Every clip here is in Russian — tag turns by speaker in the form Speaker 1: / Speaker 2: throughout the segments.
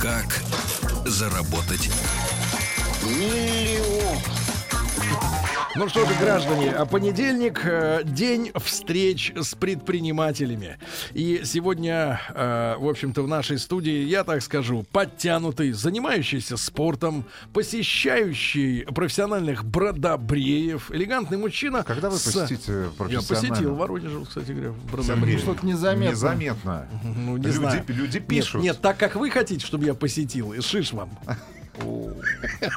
Speaker 1: Как заработать
Speaker 2: Ну что же, граждане, а понедельник э, день встреч с предпринимателями. И сегодня, э, в общем-то, в нашей студии, я так скажу, подтянутый, занимающийся спортом, посещающий профессиональных бродобреев, элегантный мужчина.
Speaker 3: Когда вы
Speaker 2: с-
Speaker 3: посетите
Speaker 2: Я
Speaker 3: профессионально?
Speaker 2: посетил в Воронеже, кстати говоря,
Speaker 3: Ну,
Speaker 2: бродобреев.
Speaker 3: Что-то
Speaker 4: незаметно.
Speaker 3: Незаметно.
Speaker 2: Ну, не
Speaker 3: люди,
Speaker 2: знаю.
Speaker 3: люди
Speaker 2: Нет,
Speaker 3: пишут.
Speaker 2: Нет, так как вы хотите, чтобы я посетил, и шиш вам.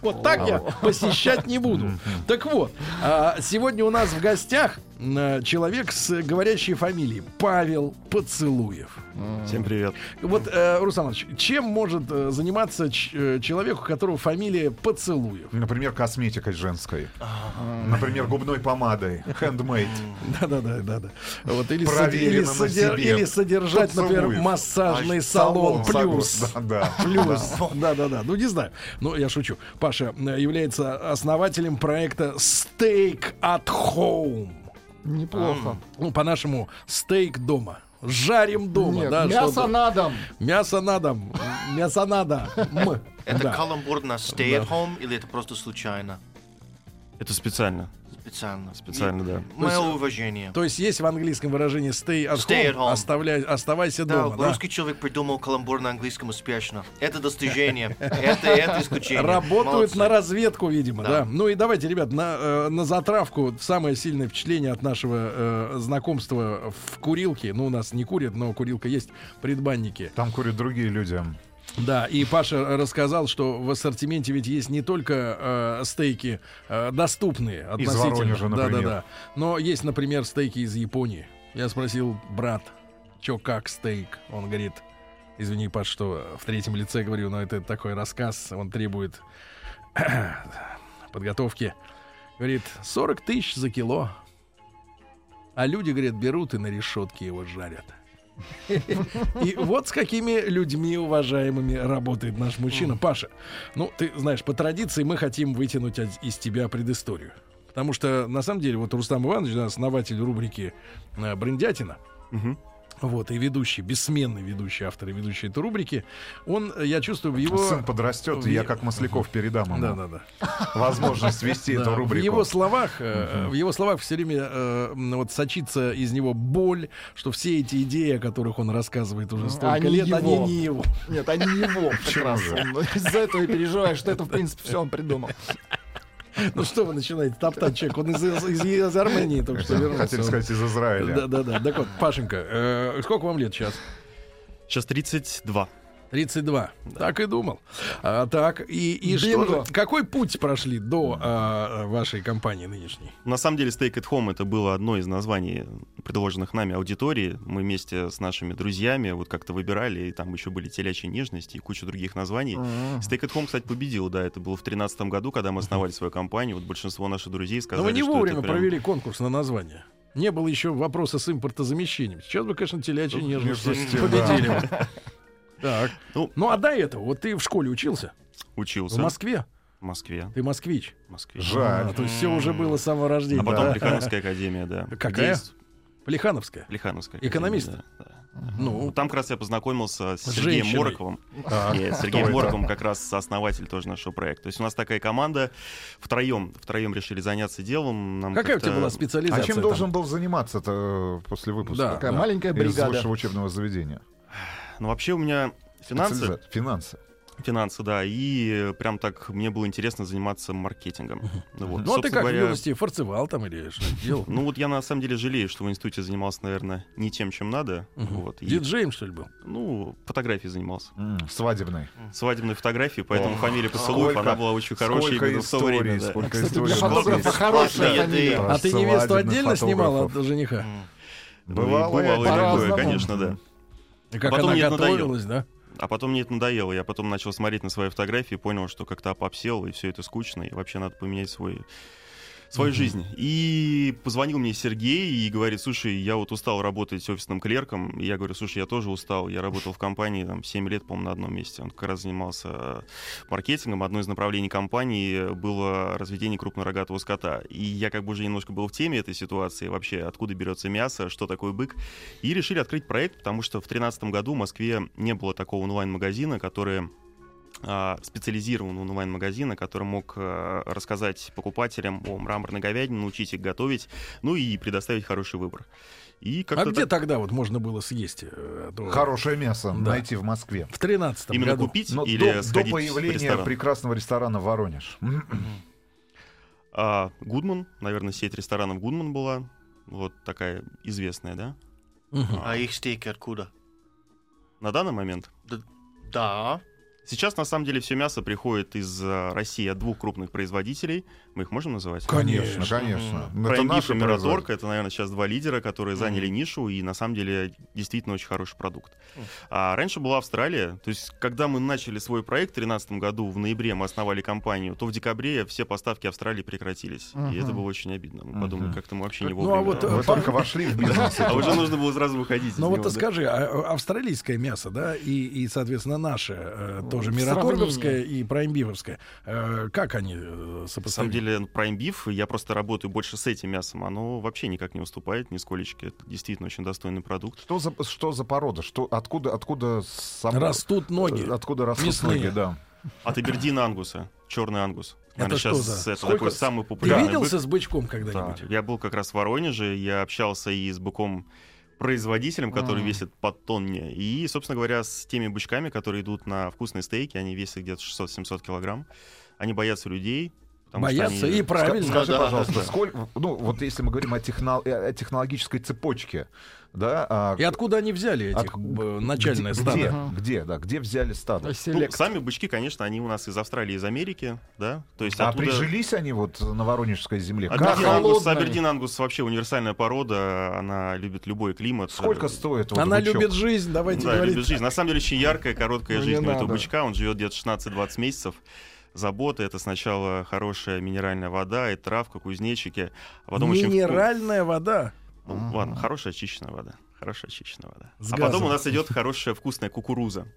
Speaker 2: Вот так я посещать не буду. Так вот, а, сегодня у нас в гостях м, э, человек с говорящей фамилией Павел Поцелуев.
Speaker 5: Всем привет.
Speaker 2: Вот, э, Руслан Иванович, чем может э, заниматься ч- э, человек, у которого фамилия Поцелуев?
Speaker 3: Например, косметикой женской. Например, губной помадой. Handmade.
Speaker 2: Да-да-да, да, да. Вот или, содер- или
Speaker 3: Проверено на
Speaker 2: содер-
Speaker 3: себе.
Speaker 2: или содержать, например,
Speaker 3: Поцелуев.
Speaker 2: массажный
Speaker 3: А,
Speaker 2: салон,
Speaker 3: салон,
Speaker 2: плюс.
Speaker 3: салон, Да, да.
Speaker 2: Плюс. Да, да, да. Ну, не знаю. Ну, я шучу. Паша э, является основателем проекта Steak at Home.
Speaker 4: Неплохо.
Speaker 2: Ну, по-нашему, стейк дома. Жарим дома,
Speaker 4: Нет,
Speaker 2: да?
Speaker 4: мясо
Speaker 2: чтобы-
Speaker 4: на дом.
Speaker 2: Мясо на дом. Мясо надо. М.
Speaker 6: Это
Speaker 2: Да.
Speaker 6: каламбур на stay at home или это просто случайно?
Speaker 5: Это специально.
Speaker 6: Специально.
Speaker 5: Специально,
Speaker 6: И-
Speaker 5: да.
Speaker 6: Мое уважение.
Speaker 2: То есть э, есть в английском выражении stay at
Speaker 6: Stay at
Speaker 2: home,
Speaker 6: home.
Speaker 2: оставляй- оставайся
Speaker 6: Да,
Speaker 2: дома, да?
Speaker 6: русский человек придумал каламбур на английском успешно. Это достижение. Это, это исключение.
Speaker 2: Работают
Speaker 6: Молодцы.
Speaker 2: на разведку, видимо, да.
Speaker 6: Да.
Speaker 2: Ну и давайте, ребят, на, э, на затравку самое сильное впечатление от нашего э, знакомства в курилке. Ну, у нас не курят, но курилка есть, предбанники.
Speaker 3: Там курят другие люди.
Speaker 2: Да, и Паша рассказал, что в ассортименте ведь есть не только э, стейки э, доступные относительно.
Speaker 3: Воронежа, например.
Speaker 2: Да-да-да. Но есть, например, стейки из Японии. Я спросил, брат, чё как стейк? Он говорит, извини, Паш, что в третьем лице говорю, но это такой рассказ, он требует подготовки. Говорит, 40 тысяч за кило. А люди, говорят, берут и на решетке его жарят. И вот с какими людьми уважаемыми работает наш мужчина. Паша, ну, ты знаешь, по традиции мы хотим вытянуть от- из тебя предысторию. Потому что, на самом деле, вот Рустам Иванович, да, основатель рубрики э, «Брендятина»,
Speaker 5: Мгм.
Speaker 2: вот, и ведущий, бессменный ведущий, автор и ведущий этой рубрики, он, э, я чувствую, в его...
Speaker 3: Сын подрастет, и я
Speaker 2: в-
Speaker 3: как Масляков передам ему
Speaker 2: Да, да, да.
Speaker 3: возможность вести
Speaker 2: Да,
Speaker 3: эту
Speaker 2: В
Speaker 3: рубрику.
Speaker 2: его словах, э, в его словах все время э, м, вот сочится из него боль, что все эти идеи, о которых он рассказывает уже столько
Speaker 4: они
Speaker 2: лет, они
Speaker 4: его.
Speaker 2: не его.
Speaker 4: Нет, они его.
Speaker 3: Почему
Speaker 4: как раз.
Speaker 3: же?
Speaker 4: Он Из-за этого и переживаешь, что это, в принципе, все он придумал.
Speaker 2: Ну что вы начинаете топтать человек? Он из, из- из Армении только что вернулся.
Speaker 3: Хотели сказать из Израиля.
Speaker 2: Да, да, да. Так вот, Пашенька, э, сколько вам лет сейчас?
Speaker 5: Сейчас 32.
Speaker 2: 32. Так и думал. А, так, и, и что
Speaker 4: Бинго.
Speaker 2: же- какой путь прошли до а, вашей компании нынешней?
Speaker 5: На самом деле, Steak at Home это было одно из названий, предложенных нами аудитории. Мы вместе с нашими друзьями вот как-то выбирали, и там еще были телячьи нежности и куча других названий. Steak at Home, кстати, победил, да, это было в 2013 году, когда мы основали свою компанию. Вот большинство наших друзей
Speaker 2: Но
Speaker 5: сказали,
Speaker 2: вы не
Speaker 5: что
Speaker 2: вовремя
Speaker 5: это прям-
Speaker 2: провели конкурс на название. Не было еще вопроса с импортозамещением. Сейчас бы, конечно, телячьи нежности
Speaker 3: между тем,
Speaker 2: победили. Так.
Speaker 5: Ну-
Speaker 2: Ну а до этого, вот ты в школе учился? В
Speaker 5: Учился.
Speaker 2: Москве?
Speaker 5: В Москве.
Speaker 2: Ты москвич.
Speaker 5: В Москве.
Speaker 3: Жаль.
Speaker 2: А, то есть все уже было с самого рождения.
Speaker 5: А потом
Speaker 2: да?
Speaker 5: Плехановская академия, да.
Speaker 2: Какая?
Speaker 5: Здесь
Speaker 2: Плехановская.
Speaker 5: Плехановская академия,
Speaker 2: Экономист?
Speaker 5: да, да. Ну,
Speaker 2: Ну,
Speaker 5: Там как раз я познакомился с
Speaker 2: С
Speaker 5: Сергеем
Speaker 2: женщиной.
Speaker 5: Мороковым.
Speaker 3: А,
Speaker 2: А,
Speaker 5: Нет, Сергеем Мороковым как раз основатель тоже нашего проекта. То есть у нас такая команда. Втроем, втроем решили заняться делом. Нам
Speaker 2: какая у
Speaker 5: как-то-
Speaker 2: тебя была
Speaker 3: А
Speaker 2: специализация?
Speaker 3: чем
Speaker 2: там?
Speaker 3: должен был заниматься-то
Speaker 2: э,
Speaker 3: после выпуска?
Speaker 2: Да.
Speaker 4: Такая маленькая
Speaker 3: Из
Speaker 4: бригада.
Speaker 3: высшего учебного заведения.
Speaker 5: Ну, вообще у меня финансы,
Speaker 3: Специализация. Финансы.
Speaker 5: финансы, да, и э, прям так мне было интересно заниматься маркетингом. Ну,
Speaker 2: Ну,
Speaker 5: вот,
Speaker 2: а ты
Speaker 5: собственно
Speaker 2: как в
Speaker 5: говоря,
Speaker 2: юности фарцевал там или что делал?
Speaker 5: Ну вот я на самом деле жалею, что в институте занимался, наверное, не тем, чем надо.
Speaker 2: Мгм.
Speaker 5: Вот, и,
Speaker 2: Диджеем, что ли, был?
Speaker 5: ну, фотографией занимался.
Speaker 3: М, Свадебной.
Speaker 5: Свадебной фотографии, поэтому
Speaker 3: Ох,
Speaker 5: фамилия Поцелуев,
Speaker 3: сколько-
Speaker 5: она была очень хорошей.
Speaker 3: Сколько
Speaker 5: именно в то время,
Speaker 3: историй,
Speaker 5: да.
Speaker 3: сколько
Speaker 4: Кстати,
Speaker 3: историй.
Speaker 4: для
Speaker 3: у нас
Speaker 4: фотографа
Speaker 3: есть.
Speaker 4: хорошая
Speaker 6: Ладно, я
Speaker 4: фамилия.
Speaker 6: ты-
Speaker 2: А ты невесту
Speaker 3: Свадебных
Speaker 2: отдельно снимал от
Speaker 3: фотографов.
Speaker 2: жениха?
Speaker 6: М.
Speaker 5: Ну, и
Speaker 3: Бывало и
Speaker 5: бывало и такое,
Speaker 4: по-разному.
Speaker 5: конечно, да.
Speaker 2: И как
Speaker 5: Потом
Speaker 2: она
Speaker 5: мне это надоело.
Speaker 2: готовилась, да?
Speaker 5: А потом мне это надоело. Я потом начал смотреть на свои фотографии, понял, что как-то обсел, и все это скучно, и вообще надо поменять свой свою жизнь. И позвонил мне Сергей и говорит, слушай, я вот устал работать офисным клерком. И я говорю, слушай, я тоже устал. Я работал в компании там 7 лет, по-моему, на одном месте. Он как раз занимался э, маркетингом. Одно из направлений компании было разведение крупнорогатого скота. И я как бы уже немножко был в теме этой ситуации, вообще откуда берется мясо, что такое бык. И решили открыть проект, потому что в 2013 году в Москве не было такого онлайн-магазина, который а, специализированного онлайн-магазина, который мог а, рассказать покупателям о мраморной говядине, научить их готовить, ну и предоставить хороший выбор. И
Speaker 2: А
Speaker 5: как-то
Speaker 2: где
Speaker 5: так-
Speaker 2: тогда вот можно было съесть? э, до-
Speaker 3: Хорошее мясо
Speaker 2: Да.
Speaker 3: найти в Москве.
Speaker 2: В 13
Speaker 5: именно
Speaker 2: году.
Speaker 5: купить
Speaker 3: Но
Speaker 5: или
Speaker 3: до, до
Speaker 5: сходить в
Speaker 3: появления
Speaker 5: ресторан?
Speaker 3: прекрасного ресторана Воронеж. М-м.
Speaker 5: А, Гудман, наверное, сеть ресторанов Гудман была, вот такая известная, да?
Speaker 2: Мгм.
Speaker 5: А,
Speaker 6: А их стейки откуда?
Speaker 5: На данный момент.
Speaker 6: Да.
Speaker 5: Сейчас, на самом деле, все мясо приходит из а, России от двух крупных производителей. Мы их можем называть?
Speaker 3: Конечно,
Speaker 2: Конечно.
Speaker 3: конечно.
Speaker 6: Мгм.
Speaker 3: Но
Speaker 5: Prime
Speaker 3: Это наше
Speaker 5: Beef и
Speaker 3: производство.
Speaker 5: Мираторг это, наверное, сейчас два лидера, которые заняли нишу и на самом деле действительно очень хороший продукт.
Speaker 6: Мгм.
Speaker 5: А раньше была Австралия, то есть когда мы начали свой проект в 2013 году, в ноябре мы основали компанию, то в декабре все поставки Австралии прекратились. И это было очень обидно. Мы подумали,
Speaker 3: Мгм.
Speaker 5: как-то мы вообще не
Speaker 2: Ну, а
Speaker 5: вовремя.
Speaker 2: вот, э,
Speaker 3: Вы только вошли в бизнес.
Speaker 5: А уже нужно было сразу выходить. из
Speaker 2: Ну
Speaker 5: него,
Speaker 2: вот
Speaker 5: да.
Speaker 2: ты скажи, а, а, австралийское мясо, да, и, и соответственно, наше, э, тоже
Speaker 4: в
Speaker 2: мираторговское и праймбивовское, э, как они э,
Speaker 5: На самом
Speaker 2: сопоставимы?
Speaker 5: деле, Prime Beef, я просто работаю больше с этим мясом, оно вообще никак не уступает нисколечки. Это действительно очень достойный продукт.
Speaker 3: Что за, что за порода? Что, откуда, откуда сам...
Speaker 2: Растут ноги.
Speaker 5: Э,
Speaker 3: Откуда растут
Speaker 2: Мясные.
Speaker 3: ноги, да.
Speaker 5: От Абердина Ангуса. Черный Ангус.
Speaker 2: Это
Speaker 5: Наверное,
Speaker 2: что
Speaker 5: сейчас
Speaker 2: за-
Speaker 5: это
Speaker 2: сколько-
Speaker 5: такой самый
Speaker 2: Ты
Speaker 5: популярный бык.
Speaker 2: виделся с бычком
Speaker 5: Да,
Speaker 2: когда-нибудь?
Speaker 5: Я был как раз в Воронеже, я общался и с быком производителем, который
Speaker 2: А.
Speaker 4: Мгм.
Speaker 5: весит по тонне, и, собственно говоря, с теми бычками, которые идут на вкусные стейки, они весят где-то 600-700 килограмм, они боятся людей, потому что
Speaker 2: Боятся
Speaker 5: они-
Speaker 2: и правильно.
Speaker 3: Ска- Скажи,
Speaker 6: Ну да.
Speaker 3: пожалуйста, сколько, ну вот если мы говорим о, техно- э, о технологической цепочке, да, а,
Speaker 2: И откуда они взяли этих
Speaker 3: От-
Speaker 2: б- начальное
Speaker 3: где,
Speaker 2: стадо?
Speaker 3: Где,
Speaker 4: Мгм.
Speaker 3: где, да, где взяли стадо?
Speaker 5: Ну,
Speaker 4: Селект.
Speaker 5: сами бычки, конечно, они у нас из Австралии, из Америки, да, то есть
Speaker 3: А
Speaker 5: оттуда-
Speaker 3: прижились они вот на Воронежской земле?
Speaker 5: Абердин
Speaker 4: Как
Speaker 5: Ангус,
Speaker 4: холодно
Speaker 5: Абердин Ангус вообще универсальная порода, она любит любой климат.
Speaker 3: Сколько стоит вот
Speaker 2: Она
Speaker 3: бычок?
Speaker 2: любит жизнь, давайте
Speaker 5: Да,
Speaker 2: говорить.
Speaker 5: любит жизнь. На самом деле очень яркая, короткая
Speaker 4: Ну, не
Speaker 5: жизнь у этого
Speaker 4: надо.
Speaker 5: бычка. Он живет где-то 16-20 месяцев. Забота — это сначала хорошая минеральная вода, и травка, кузнечики. А потом очень вку-
Speaker 2: Минеральная вода.
Speaker 5: Ну, ладно, хорошая очищенная вода. Хорошая очищенная вода.
Speaker 2: С
Speaker 5: а
Speaker 2: газом.
Speaker 5: потом у нас идет хорошая вкусная кукуруза.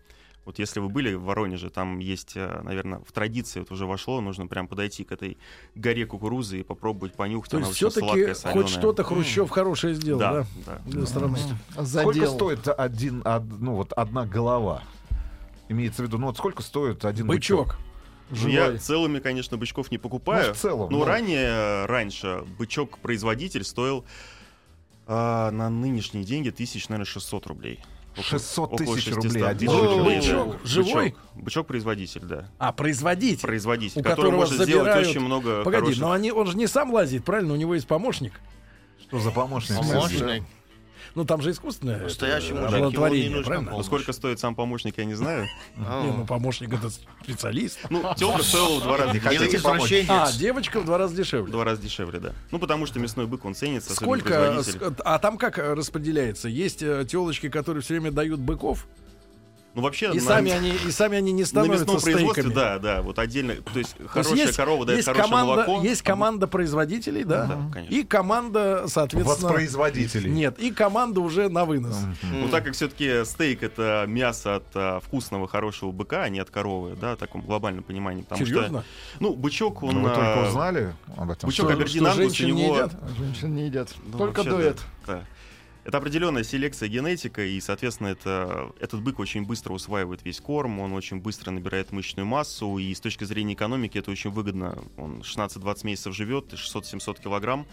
Speaker 5: Вот если вы были в Воронеже, там есть, э, наверное, в традиции вот уже вошло, нужно прям подойти к этой горе кукурузы и попробовать понюхать.
Speaker 2: То
Speaker 5: Она
Speaker 2: есть
Speaker 5: очень
Speaker 2: все-таки
Speaker 5: сладкая,
Speaker 2: хоть
Speaker 5: соленая.
Speaker 2: что-то Хрущев хорошее сделал, да? Ну,
Speaker 5: да, да.
Speaker 2: Для страны.
Speaker 3: Сколько
Speaker 4: Задел.
Speaker 3: стоит один, од- ну вот одна голова? Имеется в виду, ну вот сколько стоит один бычок?
Speaker 2: Бычок.
Speaker 5: Ну, Я
Speaker 4: Живой.
Speaker 5: целыми, конечно, бычков не покупаю.
Speaker 3: Ну, в целом,
Speaker 5: Но
Speaker 3: ну.
Speaker 5: ранее, раньше бычок-производитель стоил а, на нынешние деньги тысяч, наверное, 600 рублей. Около-
Speaker 3: 600
Speaker 5: около
Speaker 3: тысяч
Speaker 5: 600
Speaker 3: рублей один
Speaker 5: рублей,
Speaker 2: бычок.
Speaker 5: да.
Speaker 2: Бычок живой?
Speaker 5: Бычок-производитель, да.
Speaker 2: А, производитель.
Speaker 5: Производитель,
Speaker 2: У
Speaker 5: который
Speaker 2: которого
Speaker 5: может
Speaker 2: забирают-
Speaker 5: сделать очень много
Speaker 2: Погоди, ну, а
Speaker 5: хороших...
Speaker 2: но они, он же не сам лазит, правильно? У него есть помощник.
Speaker 3: Что за
Speaker 6: А
Speaker 3: помощник?
Speaker 6: Помощник.
Speaker 2: Ну там же искусственное
Speaker 6: Настоящий
Speaker 2: э,
Speaker 6: мужик,
Speaker 2: оплодотворение,
Speaker 6: ему не нужно
Speaker 2: правильно?
Speaker 5: Ну, сколько стоит сам помощник, я не знаю.
Speaker 2: Не, ну
Speaker 6: А.
Speaker 2: помощник это специалист.
Speaker 5: Ну, Тёма стоил в два раза
Speaker 6: Или
Speaker 5: дешевле.
Speaker 2: А,
Speaker 6: извращенец.
Speaker 2: девочка в два раза
Speaker 5: В
Speaker 2: дешевле.
Speaker 5: два раза дешевле, да. Ну, потому что мясной бык, он ценится, особенно
Speaker 2: Сколько,
Speaker 5: производитель.
Speaker 2: ск- а там как э, распределяется? Есть э, телочки, которые все время дают быков,
Speaker 5: Ну, вообще...
Speaker 2: и
Speaker 5: на-
Speaker 2: сами они и сами они не
Speaker 5: На
Speaker 2: становятся
Speaker 5: мясном производстве,
Speaker 2: стейками.
Speaker 5: да, да, вот отдельно, то есть
Speaker 2: То есть
Speaker 5: хорошая
Speaker 2: есть-
Speaker 5: корова дает
Speaker 2: есть
Speaker 5: хорошее
Speaker 2: команда,
Speaker 5: молоко.
Speaker 2: Есть команда производителей, да,
Speaker 5: Да, конечно.
Speaker 2: и команда, соответственно,
Speaker 3: Воспроизводителей.
Speaker 2: нет, и команда уже на вынос.
Speaker 5: Ну, так как все-таки стейк это мясо от а, вкусного, хорошего быка, а не от коровы, да, в таком глобальном понимании. Потому
Speaker 2: Серьезно?
Speaker 5: что. Ну, бычок, он.
Speaker 3: Ну, Вы только
Speaker 5: а,
Speaker 3: узнали об этом?
Speaker 5: Бычок
Speaker 2: Что-
Speaker 5: Абердин
Speaker 2: что
Speaker 5: Ангус, у
Speaker 2: женщин не
Speaker 5: него.
Speaker 2: едят?
Speaker 4: Женщин не едят.
Speaker 5: ну,
Speaker 4: Только
Speaker 5: вообще, да,
Speaker 4: дуэт.
Speaker 5: да. Это определенная селекция генетика, и, соответственно, это, этот бык очень быстро усваивает весь корм, он очень быстро набирает мышечную массу, и с точки зрения экономики это очень выгодно. Он 16-20 месяцев живет, 600-700 килограмм,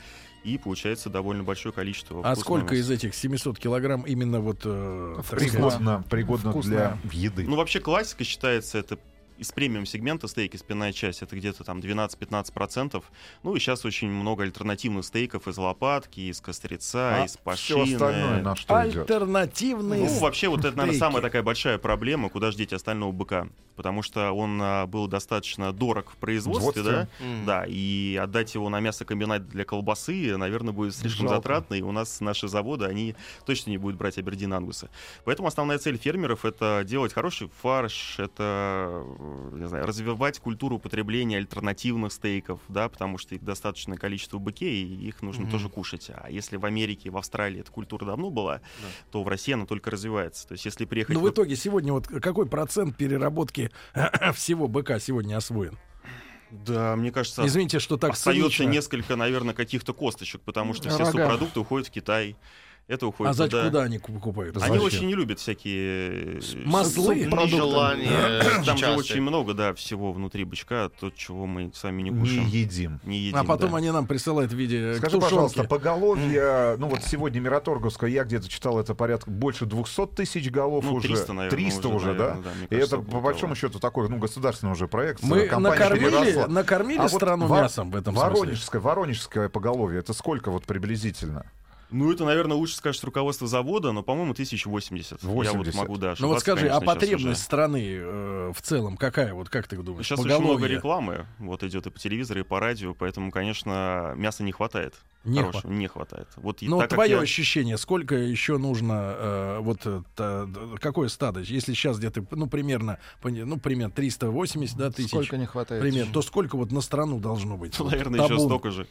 Speaker 5: и получается довольно большое
Speaker 2: А
Speaker 5: количество. вкусного
Speaker 2: сколько
Speaker 5: мяса.
Speaker 2: из этих 700 килограмм именно вот э, так сказать,
Speaker 3: Пригодно, пригодно
Speaker 4: Вкусное.
Speaker 3: для еды.
Speaker 5: Ну, вообще классика считается, это из премиум сегмента стейки спинная часть, это где-то там 12-15%. Ну и сейчас очень много альтернативных стейков из лопатки, из кострица,
Speaker 3: а
Speaker 5: из
Speaker 3: все
Speaker 5: пашины.
Speaker 3: остальное на что идет?
Speaker 2: альтернативные
Speaker 5: Ну, вообще, вот это, наверное,
Speaker 2: стейки.
Speaker 5: самая такая большая проблема, куда же деть остального быка. потому что он а, был достаточно дорог в производстве, да?
Speaker 6: М.
Speaker 5: Да, и отдать его на мясокомбинат для колбасы, наверное, будет слишком
Speaker 4: Жалко.
Speaker 5: затратно, и у нас наши заводы, они точно не будут брать абердин ангуса. Поэтому основная цель фермеров — это делать хороший фарш, это, э, не знаю, развивать культуру потребления альтернативных стейков, да, потому что их достаточное количество в быке, и их нужно
Speaker 6: Мгм.
Speaker 5: тоже кушать. А если в Америке, в Австралии эта культура давно была, то в России она только развивается. То есть если приехать...
Speaker 2: Но
Speaker 5: в-
Speaker 2: Ну, в итоге сегодня вот какой процент переработки всего быка сегодня освоен?
Speaker 5: Да, мне кажется,
Speaker 2: Извините, что так
Speaker 5: остается
Speaker 2: цинично.
Speaker 5: несколько, наверное, каких-то косточек, потому что все
Speaker 4: Рога.
Speaker 5: субпродукты уходят в Китай. Это уходит
Speaker 2: А значит,
Speaker 5: туда.
Speaker 2: куда они покупают?
Speaker 5: Они
Speaker 3: Зачем?
Speaker 5: очень не любят всякие... э,
Speaker 2: Маслы.
Speaker 6: Нежелание.
Speaker 5: Там же
Speaker 6: часто.
Speaker 5: очень много, да, всего внутри бычка, а то, чего мы сами не
Speaker 3: Не
Speaker 5: кушаем.
Speaker 3: едим.
Speaker 5: Не едим,
Speaker 2: А потом
Speaker 5: да.
Speaker 2: они нам присылают в виде э,
Speaker 3: Скажи,
Speaker 2: ктушонки.
Speaker 3: пожалуйста, поголовье, ну вот сегодня Мираторговская, я где-то читал, это порядка больше 200 тысяч голов
Speaker 5: Ну,
Speaker 3: уже.
Speaker 5: 300, наверное,
Speaker 3: 300
Speaker 5: уже,
Speaker 3: уже,
Speaker 5: наверное,
Speaker 3: да?
Speaker 5: да, мне
Speaker 3: И
Speaker 5: кажется,
Speaker 3: это, по
Speaker 5: около
Speaker 3: большому
Speaker 5: того.
Speaker 3: счету, такой, ну, государственный уже проект. э,
Speaker 2: Мы
Speaker 3: Компания
Speaker 2: накормили,
Speaker 3: переросла.
Speaker 2: накормили
Speaker 3: А вот
Speaker 2: страну
Speaker 3: Ва-
Speaker 2: мясом в этом смысле.
Speaker 3: Воронежское, воронежское поголовье, это сколько вот приблизительно?
Speaker 5: Ну, это, наверное, лучше скажет руководство завода, но, по-моему, 1080. Я вот
Speaker 3: 80.
Speaker 5: могу, да,
Speaker 2: Ну вот скажи, а потребность
Speaker 5: потребность
Speaker 2: страны э, в целом какая? Вот как ты думаешь?
Speaker 5: Сейчас очень
Speaker 2: Поголовье
Speaker 5: много рекламы, вот идет и по телевизору, и по радио, поэтому, конечно, мяса не хватает.
Speaker 2: не хватает?
Speaker 5: Хорошего не хватает. Вот и
Speaker 2: Ну,
Speaker 5: так как
Speaker 2: твое
Speaker 5: я-
Speaker 2: ощущение, сколько еще нужно, э, вот э, та- д- какое стадо, если сейчас где-то, ну, примерно, пони- ну, примерно 380 да, тысяч,
Speaker 4: Сколько не хватает?
Speaker 2: примерно, то сколько вот на страну должно быть?
Speaker 5: Ну,
Speaker 2: вот,
Speaker 5: Наверное,
Speaker 2: табун?
Speaker 5: еще столько же.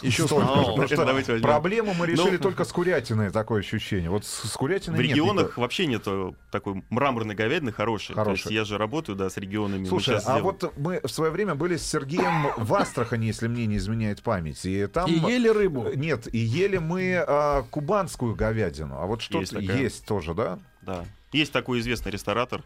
Speaker 2: Еще
Speaker 3: Столько
Speaker 2: столько.
Speaker 3: же, потому что
Speaker 5: это Ну, давайте возьмем.
Speaker 3: проблему мы решили
Speaker 5: Ну.
Speaker 3: только с курятиной, такое ощущение. Вот с, с курятиной
Speaker 5: В
Speaker 3: Ну, нет
Speaker 5: регионах
Speaker 3: никак.
Speaker 5: вообще нет такой мраморной говядины хорошей. То
Speaker 3: Хорошей.
Speaker 5: есть я же работаю, да, с регионами. мы
Speaker 3: Слушай,
Speaker 5: щас
Speaker 3: а
Speaker 5: сделаем.
Speaker 3: вот мы в свое время были с Сергеем в Астрахани, если мне не изменяет память. И там...
Speaker 2: И ели рыбу.
Speaker 3: Нет, и ели мы а, кубанскую говядину. А вот что-то
Speaker 5: Есть
Speaker 3: есть,
Speaker 5: такая.
Speaker 3: тоже, да?
Speaker 5: Да. Есть такой известный ресторатор,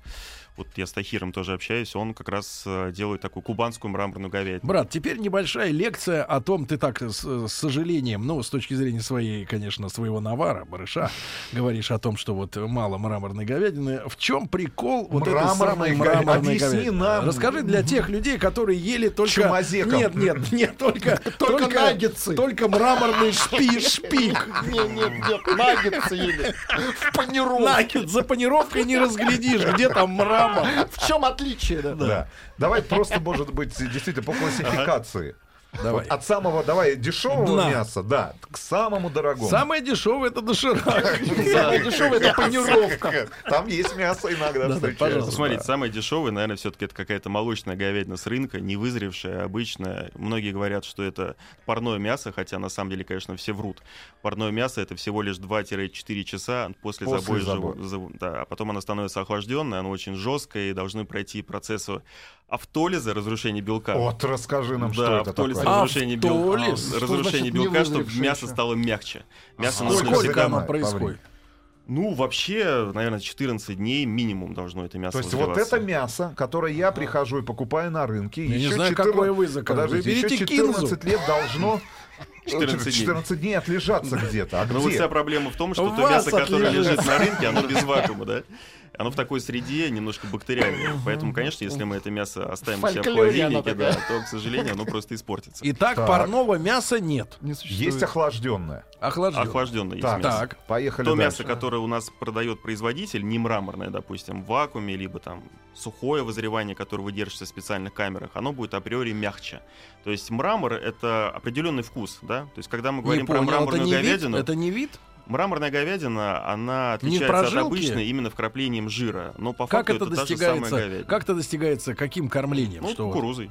Speaker 5: вот я с Тахиром тоже общаюсь, он как раз э, делает такую кубанскую мраморную говядину.
Speaker 2: Брат, теперь небольшая лекция о том, ты так с, с сожалением, ну, с точки зрения своей, конечно, своего навара, барыша, говоришь о том, что вот мало мраморной говядины. В чем прикол вот этой
Speaker 3: Мраморной
Speaker 2: самой
Speaker 3: говя-
Speaker 2: мраморной
Speaker 3: Объясни
Speaker 2: говядины?
Speaker 3: нам.
Speaker 2: Расскажи для тех людей, которые ели только...
Speaker 3: Чумазеком.
Speaker 2: Нет, нет, нет, только...
Speaker 4: Только наггетсы.
Speaker 2: Только мраморный шпи, шпик.
Speaker 4: Не, нет, нет, наггетсы ели. В панировке.
Speaker 2: Наггет за панировкой не разглядишь, где там мрамор.
Speaker 4: В чем отличие, да?
Speaker 3: Да. Давай просто, может быть, действительно по классификации.
Speaker 2: Давай.
Speaker 3: От самого, давай, дешевого
Speaker 2: Дна.
Speaker 3: мяса, да, к самому дорогому.
Speaker 2: Самое дешевое это доширак.
Speaker 4: Самое дешевое это панировка.
Speaker 3: Там есть мясо иногда
Speaker 2: Да-да,
Speaker 3: встречается.
Speaker 2: пожалуйста.
Speaker 5: Ну, Смотрите, самое дешевое, наверное, все-таки это какая-то молочная говядина с рынка, не вызревшая, обычная. Многие говорят, что это парное мясо, хотя на самом деле, конечно, все врут. Парное мясо это всего лишь 2-4 часа после,
Speaker 3: После
Speaker 5: забоя,
Speaker 3: забоя.
Speaker 5: живо- зав- да, а потом оно становится охлажденное, оно очень жесткое и должны пройти процессу автолиза, разрушения белка.
Speaker 3: Вот расскажи нам,
Speaker 5: Да,
Speaker 3: что это
Speaker 5: автолиз,
Speaker 3: такое.
Speaker 5: разрушение, бел-
Speaker 2: Автолиз?
Speaker 5: а,
Speaker 4: Что
Speaker 5: разрушение
Speaker 4: значит не
Speaker 5: белка, чтобы
Speaker 4: вызревшее
Speaker 5: мясо
Speaker 4: еще?
Speaker 5: стало мягче. Мясо
Speaker 3: А Сколько
Speaker 5: наносится
Speaker 2: Сколько
Speaker 5: всегда-
Speaker 2: оно
Speaker 3: Павлик?
Speaker 2: происходит?
Speaker 5: Ну, вообще, наверное, 14 дней минимум должно это мясо
Speaker 3: То есть вот
Speaker 5: развиваться.
Speaker 3: это мясо, которое я прихожу и покупаю на рынке,
Speaker 2: Ну, Я не
Speaker 3: еще
Speaker 2: знаю,
Speaker 3: 14
Speaker 2: какое вы заказываете.
Speaker 3: Подождите, еще
Speaker 2: Берите
Speaker 3: 14 лет должно
Speaker 5: 14 дней.
Speaker 3: 14 дней отлежаться где-то. А
Speaker 5: Но Ну вот
Speaker 3: где?
Speaker 5: вся проблема в том, что
Speaker 2: В
Speaker 5: то мясо,
Speaker 2: вас
Speaker 5: которое
Speaker 2: отлежит.
Speaker 5: лежит на рынке, оно без вакуума, да? Оно в такой среде немножко бактериальное. Поэтому, конечно, если мы это мясо оставим у себя в
Speaker 4: Фольклоре оно
Speaker 5: холодильнике, да, то, к сожалению, оно просто испортится.
Speaker 2: Итак,
Speaker 3: Так.
Speaker 2: парного мяса нет.
Speaker 4: Не существует.
Speaker 3: Есть охлажденное.
Speaker 2: Охлажден.
Speaker 5: Охлажденное есть
Speaker 3: Так,
Speaker 5: мясо.
Speaker 2: Так.
Speaker 3: поехали
Speaker 5: То
Speaker 3: дальше.
Speaker 5: мясо, которое у нас продает производитель, не мраморное, допустим, в вакууме, либо там сухое вызревание, которое вы держите в специальных камерах, оно будет априори мягче. То есть мрамор — это определенный вкус, да? То есть когда мы говорим
Speaker 2: Не понял,
Speaker 5: про мраморную
Speaker 2: это не
Speaker 5: говядину...
Speaker 2: Вид? Это не вид?
Speaker 5: Мраморная говядина, она
Speaker 2: Не
Speaker 5: отличается от
Speaker 2: прожилки?
Speaker 5: обычной именно вкраплением жира. Но по
Speaker 2: Как
Speaker 5: факту
Speaker 2: это
Speaker 5: это, та же самая
Speaker 2: достигается?
Speaker 5: говядина.
Speaker 2: Как это достигается? Каким кормлением?
Speaker 5: Ну,
Speaker 2: Что вот?
Speaker 5: кукурузой.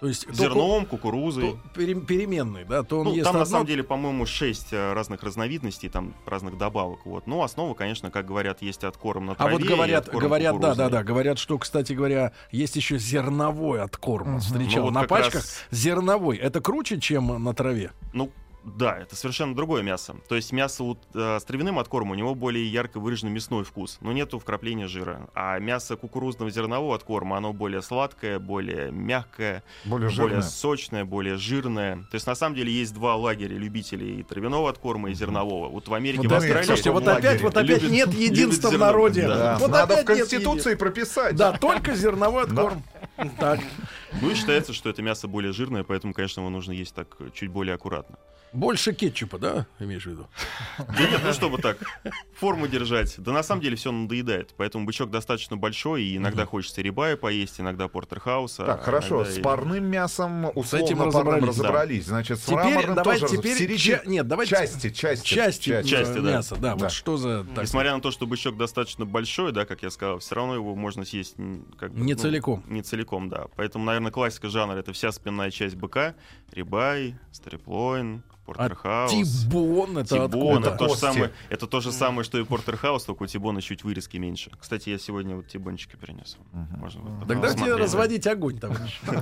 Speaker 2: То есть то
Speaker 5: Зерном,
Speaker 2: ку-
Speaker 5: кукурузой.
Speaker 2: то пере- переменный, да? То он
Speaker 5: Ну,
Speaker 2: ест
Speaker 5: там, на
Speaker 2: одно,
Speaker 5: самом деле, по-моему, 6 разных разновидностей, там разных добавок. Вот. Но основа, конечно, как говорят, есть откорм на
Speaker 2: А
Speaker 5: траве.
Speaker 2: вот
Speaker 5: и
Speaker 2: говорят,
Speaker 5: откорм
Speaker 2: говорят, да, да,
Speaker 5: кукурузный.
Speaker 2: да, говорят, что, кстати говоря, есть еще зерновой откорм. Вот Встречал
Speaker 5: Ну, вот
Speaker 2: на
Speaker 5: как
Speaker 2: пачках
Speaker 5: раз-
Speaker 2: зерновой. Это круче, чем на траве.
Speaker 5: Ну, да, это совершенно другое мясо. То есть мясо у- э, с травяным откормом, у него более ярко выраженный мясной вкус, но нету вкрапления жира. А мясо кукурузного зернового откорма, оно более сладкое, более мягкое,
Speaker 3: Более жирное.
Speaker 5: более сочное, более жирное. То есть на самом деле есть два лагеря любителей и травяного откорма, и зернового. Вот в Америке,
Speaker 3: Вот
Speaker 5: в
Speaker 3: мы,
Speaker 5: Австралии...
Speaker 2: Ну, Слушайте, вот
Speaker 3: лагере.
Speaker 2: опять, вот опять
Speaker 5: Любит-
Speaker 2: нет
Speaker 5: любит
Speaker 2: единства в
Speaker 5: зерно.
Speaker 2: народе.
Speaker 3: Да.
Speaker 5: Да.
Speaker 2: Вот
Speaker 3: Надо в
Speaker 2: опять нет
Speaker 3: Конституции прописать.
Speaker 2: Да, только зерновой откорм. Так.
Speaker 5: Ну и считается, что это мясо более жирное, поэтому, конечно, его нужно есть так э, чуть более аккуратно.
Speaker 2: Больше кетчупа, да, имеешь в виду?
Speaker 5: Да нет, ну чтобы так, форму держать. Да на самом деле все надоедает. Поэтому бычок достаточно большой, и иногда хочется рибая поесть, иногда портерхауса.
Speaker 3: Так,
Speaker 5: а
Speaker 3: хорошо,
Speaker 5: иногда
Speaker 3: с
Speaker 5: и-
Speaker 3: парным мясом условно
Speaker 2: С этим
Speaker 3: парным
Speaker 2: разобрались, да.
Speaker 3: разобрались. Значит, с
Speaker 2: Теперь
Speaker 3: мраморным
Speaker 2: давайте
Speaker 3: тоже
Speaker 2: теперь
Speaker 3: в середине.
Speaker 2: ча- нет, давайте-
Speaker 3: части, части,
Speaker 2: Части, э,
Speaker 5: Части, да.
Speaker 2: мяса, да,
Speaker 3: Да.
Speaker 2: Вот что за... так,
Speaker 5: Несмотря на то, что бычок достаточно большой, да, как я сказал, все равно его можно съесть м, как бы,
Speaker 2: Не
Speaker 5: ну,
Speaker 2: целиком.
Speaker 5: Не целиком, да. Поэтому, наверное, классика жанра это вся спинная часть быка, рибай, стриплоин,
Speaker 2: а
Speaker 5: портерхаус.
Speaker 2: тибон, это
Speaker 5: Тибон, это
Speaker 2: откуда?
Speaker 5: то, же
Speaker 3: Кости.
Speaker 5: самое, это то же самое, что и Портерхаус, только у Тибона чуть вырезки меньше. Кстати, я сегодня вот Тибончики принес. Можно будет потом
Speaker 2: Тогда тебе
Speaker 5: посмотреть.
Speaker 2: разводить огонь там.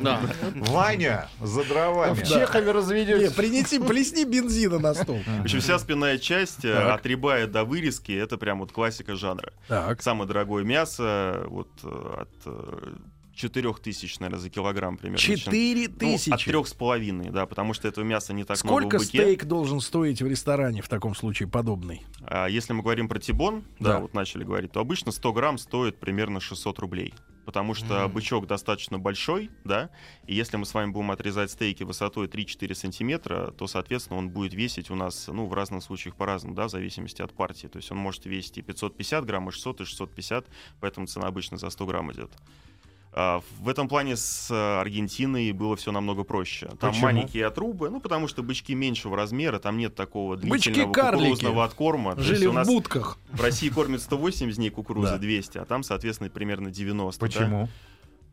Speaker 6: Да.
Speaker 3: Ваня, за
Speaker 4: В
Speaker 3: дровами.
Speaker 4: Чехове
Speaker 2: Не,
Speaker 4: разведете.
Speaker 2: принеси, плесни бензина на стол.
Speaker 5: В общем, вся спинная часть, э,
Speaker 2: Так.
Speaker 5: от рибая до вырезки, это прям вот классика жанра.
Speaker 2: Так,
Speaker 5: Самое дорогое мясо, вот э, от э, 4000, наверное, за килограмм примерно.
Speaker 2: четыре
Speaker 5: Ну, от
Speaker 2: тысячи.
Speaker 5: трех с половиной, да, потому что этого мяса не так много
Speaker 2: Сколько
Speaker 5: в быке.
Speaker 2: стейк должен стоить в ресторане в таком случае подобный?
Speaker 5: А если мы говорим про тибон, да.
Speaker 2: Да.
Speaker 5: вот начали говорить, то обычно 100 грамм стоит примерно 600 рублей. Потому что бычок достаточно большой, да, и если мы с вами будем отрезать стейки высотой 3-4 сантиметра, то, соответственно, он будет весить у нас, ну, в разных случаях по-разному, да, в зависимости от партии. То есть он может весить и 550 грамм, и 600, и 650, поэтому цена обычно за 100 грамм идет. А, В этом плане с э, Аргентиной было все намного проще. Там
Speaker 3: Почему?
Speaker 5: маленькие отрубы, ну потому что бычки меньшего размера, там нет такого
Speaker 2: Бычки
Speaker 5: длительного
Speaker 2: карлики.
Speaker 5: кукурузного откорма. То есть
Speaker 2: Жили
Speaker 5: у
Speaker 2: в
Speaker 5: нас
Speaker 2: будках.
Speaker 5: в России кормят 108 из ней кукурузы,
Speaker 2: Да.
Speaker 5: 200, а там, соответственно, примерно 90. да.
Speaker 3: Почему?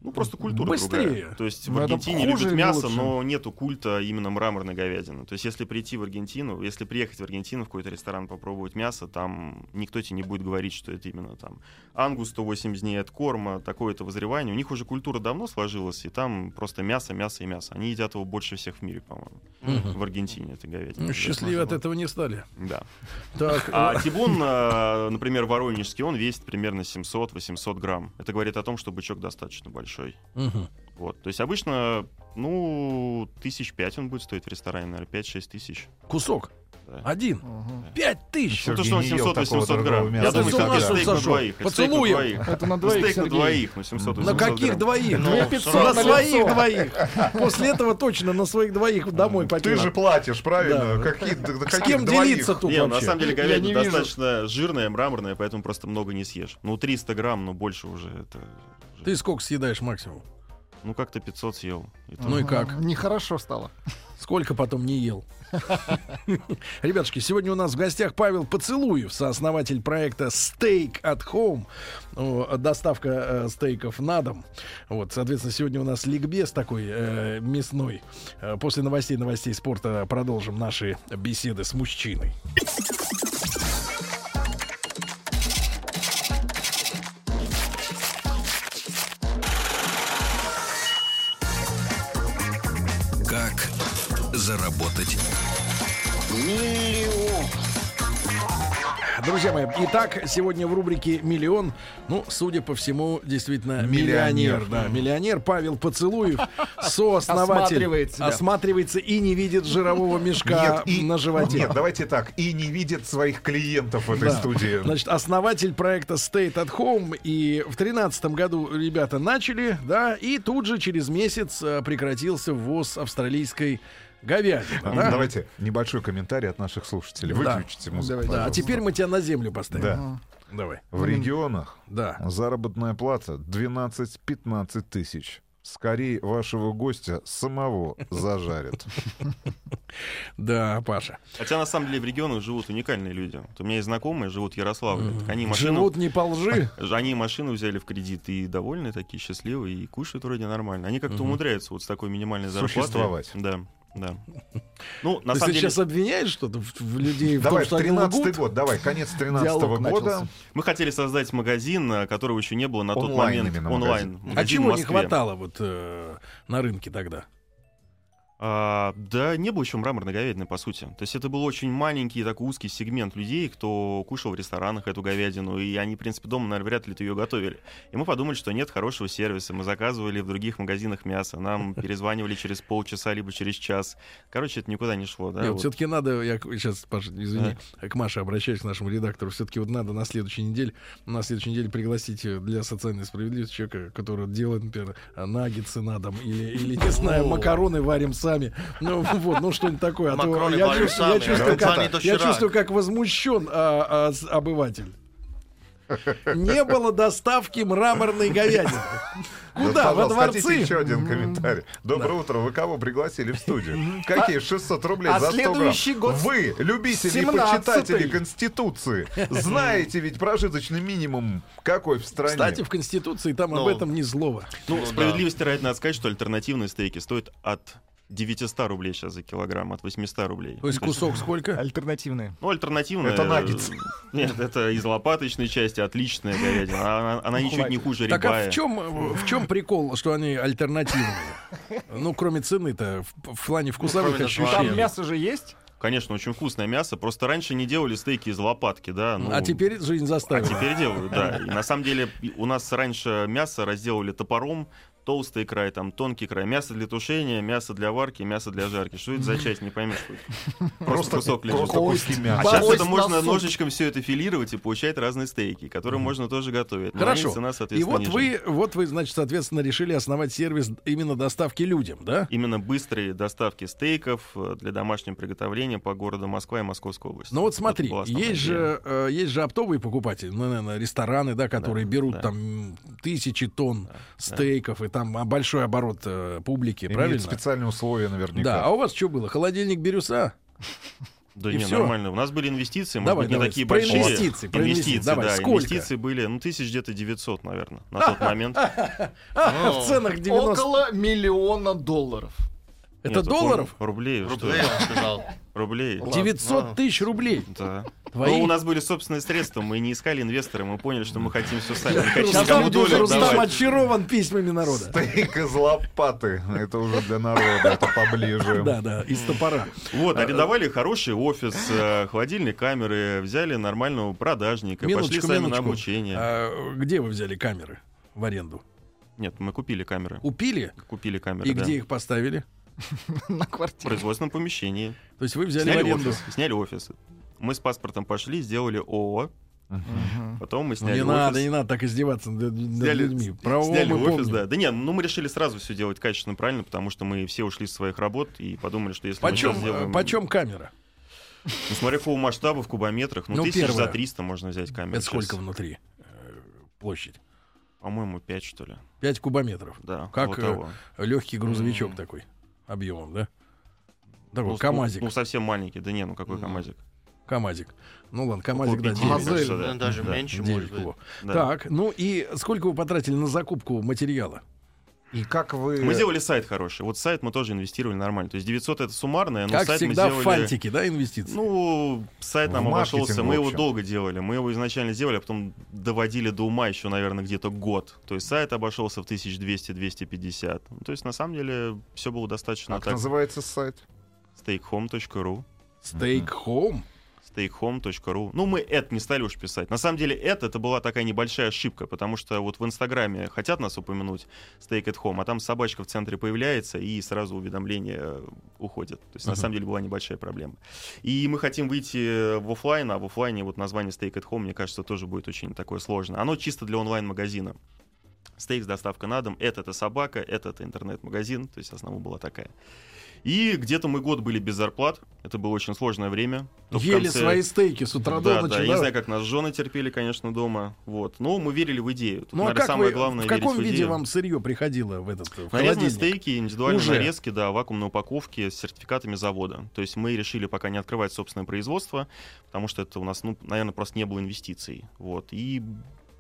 Speaker 5: Ну, просто культура
Speaker 2: Быстрее.
Speaker 5: другая. То есть в
Speaker 4: Ну, это
Speaker 5: Аргентине
Speaker 4: хуже
Speaker 5: любят
Speaker 4: или
Speaker 5: мясо,
Speaker 4: лучше?
Speaker 5: но нету культа именно мраморной говядины. То есть если прийти в Аргентину, если приехать в Аргентину в какой-то ресторан попробовать мясо, там никто тебе не будет говорить, что это именно там ангус 180 дней от корма, такое-то вызревание. У них уже культура давно сложилась, и там просто мясо, мясо и мясо. Они едят его больше всех в мире, по-моему. В Аргентине это говядина.
Speaker 2: Ну, Счастливы от этого не стали.
Speaker 5: Да.
Speaker 2: Так, ну,
Speaker 5: А тибун, э, например, воронежский, он весит примерно 700-800 грамм. Это говорит о том, что бычок достаточно большой.
Speaker 2: мгм.
Speaker 5: Вот. То есть обычно, ну, тысяч пять он будет стоить в ресторане, наверное, 5-6 тысяч.
Speaker 2: кусок.
Speaker 5: Да.
Speaker 2: Один.
Speaker 4: Мгм.
Speaker 2: Пять тысяч.
Speaker 5: Ну, то, что он
Speaker 3: не ел такого
Speaker 5: 700-800
Speaker 3: дорогого
Speaker 5: грамм.
Speaker 3: мяса.
Speaker 5: Я
Speaker 2: Да ты
Speaker 5: думаю,
Speaker 2: с
Speaker 5: все-таки
Speaker 2: ума
Speaker 5: стейк на
Speaker 2: сошел?
Speaker 5: двоих. это стейк на
Speaker 2: Поцелуем.
Speaker 5: двоих.
Speaker 4: Это на
Speaker 5: Ну,
Speaker 4: двоих,
Speaker 5: Стейк на
Speaker 4: Сергей.
Speaker 5: двоих, ну 700
Speaker 2: На каких двоих?
Speaker 4: Ну,
Speaker 2: На
Speaker 4: 500
Speaker 2: на
Speaker 4: на
Speaker 2: своих
Speaker 4: лицо.
Speaker 2: двоих. После этого точно на своих двоих домой
Speaker 3: Ты
Speaker 2: потерял.
Speaker 3: же платишь, правильно?
Speaker 2: Да.
Speaker 3: Какие, да
Speaker 2: С
Speaker 3: каких
Speaker 2: кем
Speaker 3: двоих?
Speaker 2: делиться тут
Speaker 5: Не, ну,
Speaker 2: вообще?
Speaker 5: на самом деле говядина
Speaker 4: не вижу.
Speaker 5: достаточно жирная, мраморная, поэтому просто много не съешь. Ну, 300 грамм, но больше уже это... уже-
Speaker 2: Ты сколько съедаешь максимум?
Speaker 5: Ну, как-то 500 съел. И то
Speaker 2: Ну и как?
Speaker 4: Нехорошо стало.
Speaker 2: Сколько потом не ел? Ребятушки, сегодня у нас в гостях Павел Поцелуев, сооснователь проекта Steak at Home. О, Доставка э, стейков на дом. Вот, соответственно, сегодня у нас ликбез такой э, мясной. Э, После новостей, новостей спорта продолжим наши беседы с мужчиной.
Speaker 1: Как заработать?
Speaker 2: Друзья мои, итак, сегодня в рубрике «Миллион», ну, судя по всему, действительно миллионер.
Speaker 3: Миллионер.
Speaker 2: да, миллионер Павел Поцелуев, сооснователь.
Speaker 4: Осматривает себя.
Speaker 2: осматривается и не видит жирового мешка
Speaker 3: Нет, и-
Speaker 2: на животе.
Speaker 3: Нет, давайте так. И не видят своих клиентов в этой
Speaker 2: Да.
Speaker 3: студии.
Speaker 2: Значит, основатель проекта State at Home. И в тринадцатом году ребята начали, да, и тут же через месяц э, прекратился ввоз австралийской говядины.
Speaker 3: А,
Speaker 2: да?
Speaker 3: Давайте небольшой комментарий от наших слушателей.
Speaker 2: Да.
Speaker 3: Выключите музыку.
Speaker 4: Давайте.
Speaker 2: Да, а
Speaker 3: пожалуйста.
Speaker 2: теперь мы тебя на землю поставим.
Speaker 3: Да.
Speaker 2: Давай.
Speaker 3: В регионах
Speaker 2: Да.
Speaker 3: заработная плата 12-15 тысяч. Скорее вашего гостя самого зажарят.
Speaker 2: Да, Паша.
Speaker 5: Хотя на самом деле в регионах живут уникальные люди. Вот у меня есть знакомые, живут в Ярославле. Так они машину,
Speaker 2: Живут не по лжи.
Speaker 5: они машину взяли в кредит и довольны такие, счастливые, и кушают вроде нормально. Они как-то умудряются вот с такой минимальной зарплатой.
Speaker 3: Существовать.
Speaker 5: Да, да. Ну, на
Speaker 2: Ты
Speaker 5: самом деле,
Speaker 2: сейчас обвиняешь что-то в, в людей в
Speaker 3: Давай, в
Speaker 2: том, что они
Speaker 3: 13-й
Speaker 2: лгут?
Speaker 3: год, давай, конец 13-го
Speaker 2: Диалог
Speaker 3: года.
Speaker 2: начался.
Speaker 5: мы хотели создать магазин, э, которого еще не было на тот
Speaker 3: Онлайн
Speaker 5: момент.
Speaker 3: именно
Speaker 5: онлайн.
Speaker 3: магазин.
Speaker 2: А
Speaker 5: Магазин в
Speaker 2: чего не
Speaker 5: Москве.
Speaker 2: хватало вот э, на рынке тогда?
Speaker 5: А, да, не было еще мраморной говядины, по сути. То есть это был очень маленький, такой узкий сегмент людей, кто кушал в ресторанах эту говядину, и они, в принципе, дома, наверное, вряд ли то ее готовили. И мы подумали, что нет хорошего сервиса, мы заказывали в других магазинах мясо, нам перезванивали через полчаса, либо через час. Короче, это никуда не шло, да? вот.
Speaker 2: Все-таки надо, я сейчас, Паша, извини, к Маше обращаюсь, к нашему редактору, все-таки вот надо на следующей неделе, на следующей неделе пригласить э, для социальной справедливости человека, который делает, например, наггетсы на дом или, или не знаю, макароны варим с волосами. Ну, вот, ну что-нибудь такое. А то
Speaker 6: Макроны
Speaker 2: я,
Speaker 6: были
Speaker 2: чувствую- я
Speaker 6: самые,
Speaker 2: чувствую, как,
Speaker 6: Рокотани до
Speaker 2: я
Speaker 6: Ширак.
Speaker 2: чувствую, как возмущен а, а, с- обыватель. Не было доставки мраморной говядины. Куда? Во
Speaker 3: Ну, Пожалуйста, хотите
Speaker 2: дворцы?
Speaker 3: еще один комментарий. Доброе утро. Вы кого пригласили в студию? Какие 600 рублей
Speaker 4: а
Speaker 3: за 100 грамм?
Speaker 4: следующий год
Speaker 3: Вы, любители и
Speaker 4: 17-й.
Speaker 3: почитатели Конституции, знаете ведь прожиточный минимум какой в стране?
Speaker 2: Кстати, в Конституции там об
Speaker 6: Ну.
Speaker 2: этом ни слова.
Speaker 5: Ну, справедливости ради надо сказать, что альтернативные стейки стоят от 900 рублей сейчас за килограмм, от 800 рублей.
Speaker 2: То есть кусок сколько?
Speaker 4: Альтернативные.
Speaker 5: Ну, альтернативная... э,
Speaker 3: Это наггетсы.
Speaker 5: Нет, это из лопаточной части отличная говядина. Она, она ничуть не хуже
Speaker 2: Так а
Speaker 5: рябая.
Speaker 2: в чем, э, в чем прикол, что они альтернативные? Ну, кроме цены-то, в, в плане
Speaker 5: Ну,
Speaker 2: вкусовых
Speaker 6: кроме названия.
Speaker 4: Там
Speaker 2: ощущений.
Speaker 4: мясо же есть?
Speaker 5: Конечно, очень вкусное мясо. Просто раньше не делали стейки из лопатки, да. ну,
Speaker 2: А теперь жизнь
Speaker 5: А
Speaker 2: заставила.
Speaker 5: теперь делают, да. И на самом деле и у нас раньше мясо разделывали топором, толстый край, там тонкий край, мясо для тушения, мясо для варки, мясо для жарки. Что это за часть, не поймешь. Просто кусок лежит.
Speaker 3: Просто куски
Speaker 5: А
Speaker 3: мяса.
Speaker 5: сейчас
Speaker 4: Кость
Speaker 5: это
Speaker 4: на
Speaker 5: можно
Speaker 4: суп.
Speaker 5: ножичком все это филировать и получать разные стейки, которые можно тоже готовить. Но
Speaker 2: Хорошо.
Speaker 5: они, цена,
Speaker 2: И
Speaker 5: соответственно,
Speaker 2: вот
Speaker 5: ниже.
Speaker 2: вы, вот вы, значит, соответственно, решили основать сервис именно доставки людям, да?
Speaker 5: Именно быстрые доставки стейков э, для домашнего приготовления по городу Москва и Московской области.
Speaker 2: Ну вот
Speaker 5: Это
Speaker 2: смотри,
Speaker 5: была основная
Speaker 2: есть
Speaker 5: идея.
Speaker 2: же, э, есть же оптовые покупатели, ну, наверное, рестораны, да, которые
Speaker 5: Да,
Speaker 2: берут
Speaker 5: да.
Speaker 2: там м, тысячи тонн стейков и там а, большой оборот э, публики,
Speaker 3: Имеют
Speaker 2: правильно?
Speaker 3: специальные условия
Speaker 2: Да, а
Speaker 3: наверняка.
Speaker 2: у вас что было? Холодильник бирюса?
Speaker 5: Да
Speaker 2: И
Speaker 5: не,
Speaker 2: всё.
Speaker 5: нормально. У нас были инвестиции, может
Speaker 2: Давай,
Speaker 5: быть, не
Speaker 2: давай,
Speaker 5: такие
Speaker 2: про
Speaker 5: большие.
Speaker 2: инвестиции, про инвестиции. Давай,
Speaker 5: да.
Speaker 2: сколько?
Speaker 5: Инвестиции были, ну, тысяч где-то 900, наверное, на тот момент.
Speaker 2: А, в ценах 90...
Speaker 4: Около миллиона долларов.
Speaker 2: Это
Speaker 5: Нет,
Speaker 2: долларов?
Speaker 5: ру- Рублей, что
Speaker 6: Рублей,
Speaker 5: ли?
Speaker 6: он сказал.
Speaker 5: Рублей.
Speaker 2: 900 тысяч рублей.
Speaker 5: Да.
Speaker 2: Твои?
Speaker 5: Ну, у нас были собственные средства, мы не искали инвестора, мы поняли, что мы хотим все сами. Не хотим никому
Speaker 2: Рустам,
Speaker 5: долю
Speaker 2: Рустам
Speaker 5: отдавать.
Speaker 2: очарован письмами народа.
Speaker 3: Стейк из лопаты. Это уже для народа, это поближе.
Speaker 2: Да, да, из топора.
Speaker 5: Вот, арендовали хороший офис, э, холодильник, камеры, взяли нормального продажника, пошли
Speaker 2: Минуточку,
Speaker 5: сами на
Speaker 2: минуточку.
Speaker 5: обучение.
Speaker 2: А, где вы взяли камеры в аренду?
Speaker 5: Нет, мы купили камеры.
Speaker 2: Купили?
Speaker 5: Купили камеры,
Speaker 2: И
Speaker 5: да.
Speaker 2: где их поставили?
Speaker 4: На
Speaker 5: В
Speaker 4: квартиру.
Speaker 5: производственном помещении.
Speaker 2: То есть вы взяли в
Speaker 5: Сняли
Speaker 2: аренду? Ну,
Speaker 5: офис. Сняли офис. Мы с паспортом пошли, сделали ООО. Потом мы
Speaker 2: Ну,
Speaker 5: сняли
Speaker 2: не
Speaker 5: офис.
Speaker 2: надо, не надо так издеваться над, над
Speaker 5: Сняли-
Speaker 2: людьми. Про ООО
Speaker 5: Сняли
Speaker 2: мы
Speaker 5: офис,
Speaker 2: помним.
Speaker 5: да. Да не, ну мы решили сразу все делать качественно, правильно, потому что мы все ушли с своих работ и подумали, что если мы
Speaker 2: Почем,
Speaker 5: сейчас сделаем...
Speaker 2: э, почем камера?
Speaker 5: Ну, смотря какого масштаба в кубометрах, ну,
Speaker 2: Ну,
Speaker 5: тысяч
Speaker 2: первое.
Speaker 5: за 300 можно взять камеру.
Speaker 2: Это сколько
Speaker 5: сейчас.
Speaker 2: внутри э, площадь?
Speaker 5: По-моему, 5, что ли.
Speaker 2: 5 кубометров.
Speaker 5: Да,
Speaker 2: Как
Speaker 5: около
Speaker 2: э,
Speaker 5: того.
Speaker 2: легкий грузовичок такой объемом, да? Такой
Speaker 5: Ну, с-
Speaker 2: КАМАЗик.
Speaker 5: Ну, совсем маленький. Да не, ну какой КамАЗик?
Speaker 2: КАМАЗик. Ну ладно, КАМАЗик, да,
Speaker 5: Около
Speaker 2: 9,
Speaker 5: пяти,
Speaker 4: Мазель,
Speaker 5: кажется, да.
Speaker 6: Ну, Даже
Speaker 5: Да,
Speaker 6: меньше,
Speaker 2: 9
Speaker 6: может быть.
Speaker 2: кубов.
Speaker 5: да.
Speaker 2: Так, ну и сколько вы потратили на закупку материала?
Speaker 3: И как вы...
Speaker 2: Э.
Speaker 5: Мы сделали сайт хороший. Вот сайт мы тоже инвестировали нормально. То есть 900 это суммарное, но
Speaker 2: как
Speaker 5: сайт
Speaker 2: всегда,
Speaker 5: Ну, мы сделали...
Speaker 2: в фантике, да, инвестиции?
Speaker 5: Ну, сайт нам
Speaker 3: В маркетинг,
Speaker 5: обошелся.
Speaker 3: в
Speaker 5: Мы его
Speaker 3: общем.
Speaker 5: долго делали. Мы его изначально сделали, а потом доводили до ума еще, наверное, где-то год. То есть сайт обошелся в 1200-250. Ну, То есть, на самом деле, все было достаточно
Speaker 3: Как
Speaker 5: так.
Speaker 3: называется сайт?
Speaker 5: Steakhome.ru
Speaker 2: Стейк Home.
Speaker 5: steakhome.ru. Ну, мы это не стали уж писать. На самом деле, это, это была такая небольшая ошибка, потому что вот в Инстаграме хотят нас упомянуть, steak at home, а там собачка в центре появляется, и сразу уведомления э, уходят. То есть, на самом деле, была небольшая проблема. И мы хотим выйти в офлайн, а в офлайне вот название steak at home, мне кажется, тоже будет очень такое сложное. Оно чисто для онлайн-магазина. Стейк с доставкой на дом, это-то собака, это-то интернет-магазин, то есть основа была такая. И где-то мы год были без зарплат, это было очень сложное время. То Ну, в
Speaker 2: Ели
Speaker 5: конце-
Speaker 2: свои стейки с утра
Speaker 5: да,
Speaker 2: до ночи.
Speaker 5: да, я
Speaker 2: да?
Speaker 5: не знаю, как нас жены терпели, конечно, дома. Вот. Но мы верили в идею. Тут,
Speaker 2: Ну а
Speaker 5: наверное,
Speaker 2: как
Speaker 5: самое
Speaker 2: вы,
Speaker 5: главное
Speaker 2: в каком
Speaker 5: верить в
Speaker 2: виде
Speaker 5: идею. Ну,
Speaker 2: вам сырье приходило в этот в
Speaker 5: Нарезанные
Speaker 2: холодильник?
Speaker 5: стейки, индивидуальные
Speaker 2: Уже.
Speaker 5: нарезки, да, вакуумные упаковки с сертификатами завода. То есть мы решили пока не открывать собственное производство, потому что это у нас, ну, наверное, просто не было инвестиций. Вот. И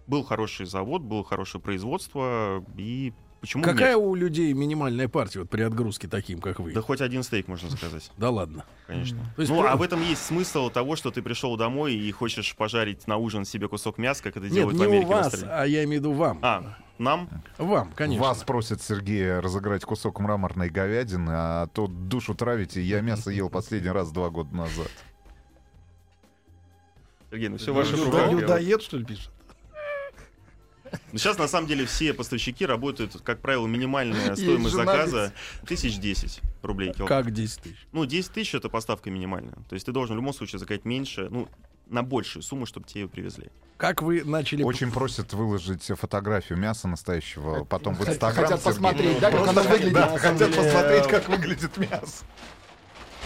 Speaker 5: был хороший завод, было хорошее производство, и почему
Speaker 2: Какая
Speaker 5: нет?
Speaker 2: у людей минимальная партия вот при отгрузке таким, как вы?
Speaker 5: Да
Speaker 2: Да,
Speaker 5: хоть один стейк, можно сказать,
Speaker 2: ладно.
Speaker 5: конечно.
Speaker 2: То есть
Speaker 5: ну,
Speaker 2: про-
Speaker 5: а в этом есть смысл того, что ты пришел домой и хочешь пожарить на ужин себе кусок мяса, как это
Speaker 2: Нет,
Speaker 5: делают в
Speaker 2: не у
Speaker 5: Америке. в
Speaker 2: вас,
Speaker 5: Австралии.
Speaker 2: а я имею в виду вам.
Speaker 5: А, нам?
Speaker 2: Вам, конечно.
Speaker 3: Вас просят, Сергей, разыграть кусок мраморной говядины, а то душу травите. Я мясо ел последний раз два года назад.
Speaker 5: Сергей, ну все в ваших
Speaker 2: Люда-
Speaker 5: руках.
Speaker 2: Людоед, что ли, пишет?
Speaker 5: Сейчас, на самом деле, все поставщики работают, как правило, минимальная стоимость
Speaker 4: жена
Speaker 5: заказа 1010 рублей килограмм.
Speaker 2: Как 10 тысяч?
Speaker 5: Ну, 10 тысяч — это поставка минимальная. То есть ты должен в любом случае заказать меньше. Ну, на большую сумму, чтобы тебе ее привезли.
Speaker 2: Как вы начали...
Speaker 3: Очень просят выложить фотографию мяса настоящего, потом в Инстаграм.
Speaker 4: Хотят
Speaker 3: Сергей.
Speaker 4: посмотреть, да, как она выглядит.
Speaker 3: Да,
Speaker 4: на самом
Speaker 3: хотят
Speaker 2: Э,
Speaker 4: деле.
Speaker 3: посмотреть, как выглядит мясо.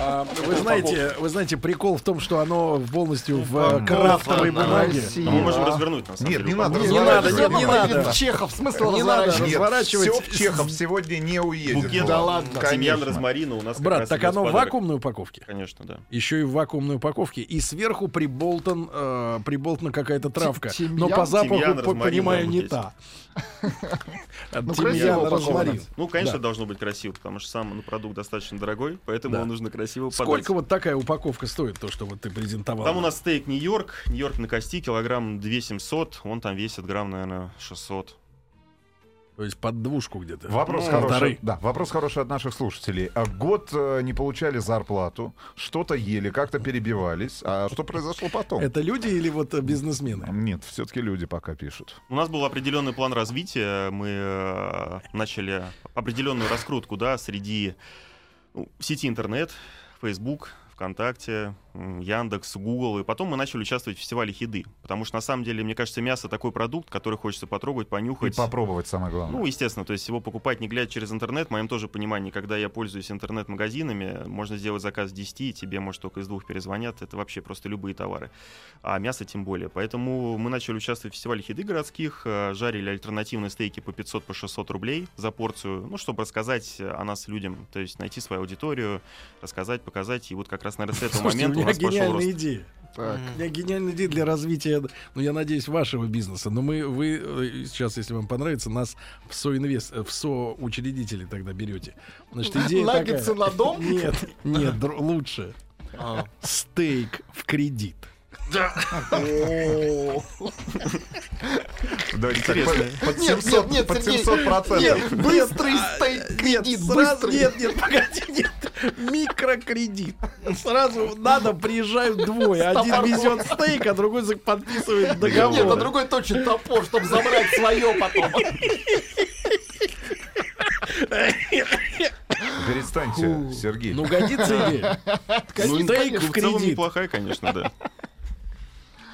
Speaker 2: А, Вы знаете, вы знаете, прикол в том, что оно полностью в э,
Speaker 3: Упаковано
Speaker 2: крафтовой
Speaker 4: на
Speaker 2: бумаге. Ну,
Speaker 4: Россию.
Speaker 5: Но мы можем
Speaker 4: А.
Speaker 5: развернуть, на самом
Speaker 3: Нет,
Speaker 5: деле,
Speaker 3: не
Speaker 5: упаковку.
Speaker 3: надо
Speaker 2: Не надо,
Speaker 4: Всё
Speaker 2: нет,
Speaker 3: разворачивать.
Speaker 2: не
Speaker 4: равно поедем
Speaker 2: надо.
Speaker 4: в Чехов, смысл
Speaker 2: Не надо.
Speaker 4: разворачивать.
Speaker 2: разворачивать.
Speaker 3: Все в Чехов сегодня не уедет.
Speaker 5: Букет
Speaker 3: Да
Speaker 4: ладно.
Speaker 5: тимьян,
Speaker 3: Конечно.
Speaker 5: розмарина у нас как
Speaker 2: Брат,
Speaker 5: раз
Speaker 2: так
Speaker 5: идет
Speaker 2: оно в
Speaker 5: подарок.
Speaker 2: вакуумной упаковке?
Speaker 5: Конечно, да.
Speaker 2: Еще и в вакуумной упаковке. И сверху приболтан, э, приболтана какая-то травка.
Speaker 4: тимьян?
Speaker 2: Но по запаху,
Speaker 5: Тимьян,
Speaker 2: по-
Speaker 5: розмарин
Speaker 2: понимаю,
Speaker 5: должен
Speaker 2: не
Speaker 5: быть.
Speaker 2: та.
Speaker 4: Ну,
Speaker 2: Тимьян,
Speaker 4: красиво
Speaker 2: розмарин.
Speaker 4: упаковано.
Speaker 5: Ну, конечно,
Speaker 2: Да.
Speaker 5: должно быть красиво, потому что сам ну, продукт достаточно дорогой, поэтому
Speaker 2: Да.
Speaker 5: его нужно красиво подать.
Speaker 2: Сколько вот такая упаковка стоит, то, что вот ты презентовал?
Speaker 5: Там у нас стейк Нью-Йорк, Нью-Йорк на кости, килограмм 2700, он там весит грамм, наверное, 600.
Speaker 2: То есть под двушку где-то.
Speaker 3: Вопрос,
Speaker 2: Ну,
Speaker 3: хороший,
Speaker 2: полторы.
Speaker 3: да, вопрос хороший от наших слушателей. А Год э, не получали зарплату, что-то ели, как-то перебивались. А что произошло потом?
Speaker 2: Это люди или вот э, бизнесмены?
Speaker 3: Нет, все-таки люди пока пишут.
Speaker 5: У нас был определенный план развития. Мы э, начали определенную раскрутку, да, среди ну, сети интернет, Facebook, ВКонтакте, м, Яндекс, Google. И потом мы начали участвовать в фестивале еды. Потому что на самом деле, мне кажется, мясо такой продукт, который хочется потрогать,
Speaker 3: И
Speaker 5: понюхать.
Speaker 3: попробовать самое главное.
Speaker 5: Ну, естественно, то есть его покупать не глядя через интернет. В моем тоже понимании, когда я пользуюсь интернет-магазинами, можно сделать заказ с 10, и тебе, может, только из двух перезвонят. Это вообще просто любые товары. А мясо тем более. Поэтому мы начали участвовать в фестивале еды городских, э, жарили альтернативные стейки по 500, по 600 рублей за порцию, ну, чтобы рассказать э, о нас людям, то есть найти свою аудиторию, рассказать, показать. И вот как раз, наверное, с этого
Speaker 2: Слушайте, у
Speaker 5: момента у
Speaker 2: меня
Speaker 5: нас пошел
Speaker 2: гениальная
Speaker 5: рост.
Speaker 2: идея.
Speaker 4: Так.
Speaker 2: У меня гениальная идея для развития, ну, я надеюсь, вашего бизнеса. Но мы, вы э, сейчас, если вам понравится, нас в соинвест, э, в соучредители тогда берете. Значит, идея
Speaker 4: Наггетсы
Speaker 2: такая.
Speaker 4: на дом?
Speaker 2: Нет, нет, др- лучше.
Speaker 6: А,
Speaker 2: Стейк в кредит.
Speaker 3: Давайте так, под- под
Speaker 4: Нет,
Speaker 3: 700
Speaker 4: нет, нет,
Speaker 3: под
Speaker 4: Сергей,
Speaker 3: 700 процентов.
Speaker 4: Нет, быстрый стейк кредит,
Speaker 2: сразу-
Speaker 4: быстрый.
Speaker 2: А, нет, нет, погоди, нет. Микрокредит. Сразу надо, приезжают двое. Один
Speaker 4: топорком.
Speaker 2: везет стейк, а другой за- подписывает договор.
Speaker 4: Нет, а другой точит топор, чтобы забрать свое потом.
Speaker 3: Перестаньте, Сергей.
Speaker 2: Ну, годится идея.
Speaker 4: Конечно,
Speaker 2: Стейк в
Speaker 5: Ну, В целом
Speaker 2: кредит.
Speaker 5: неплохая, конечно, да.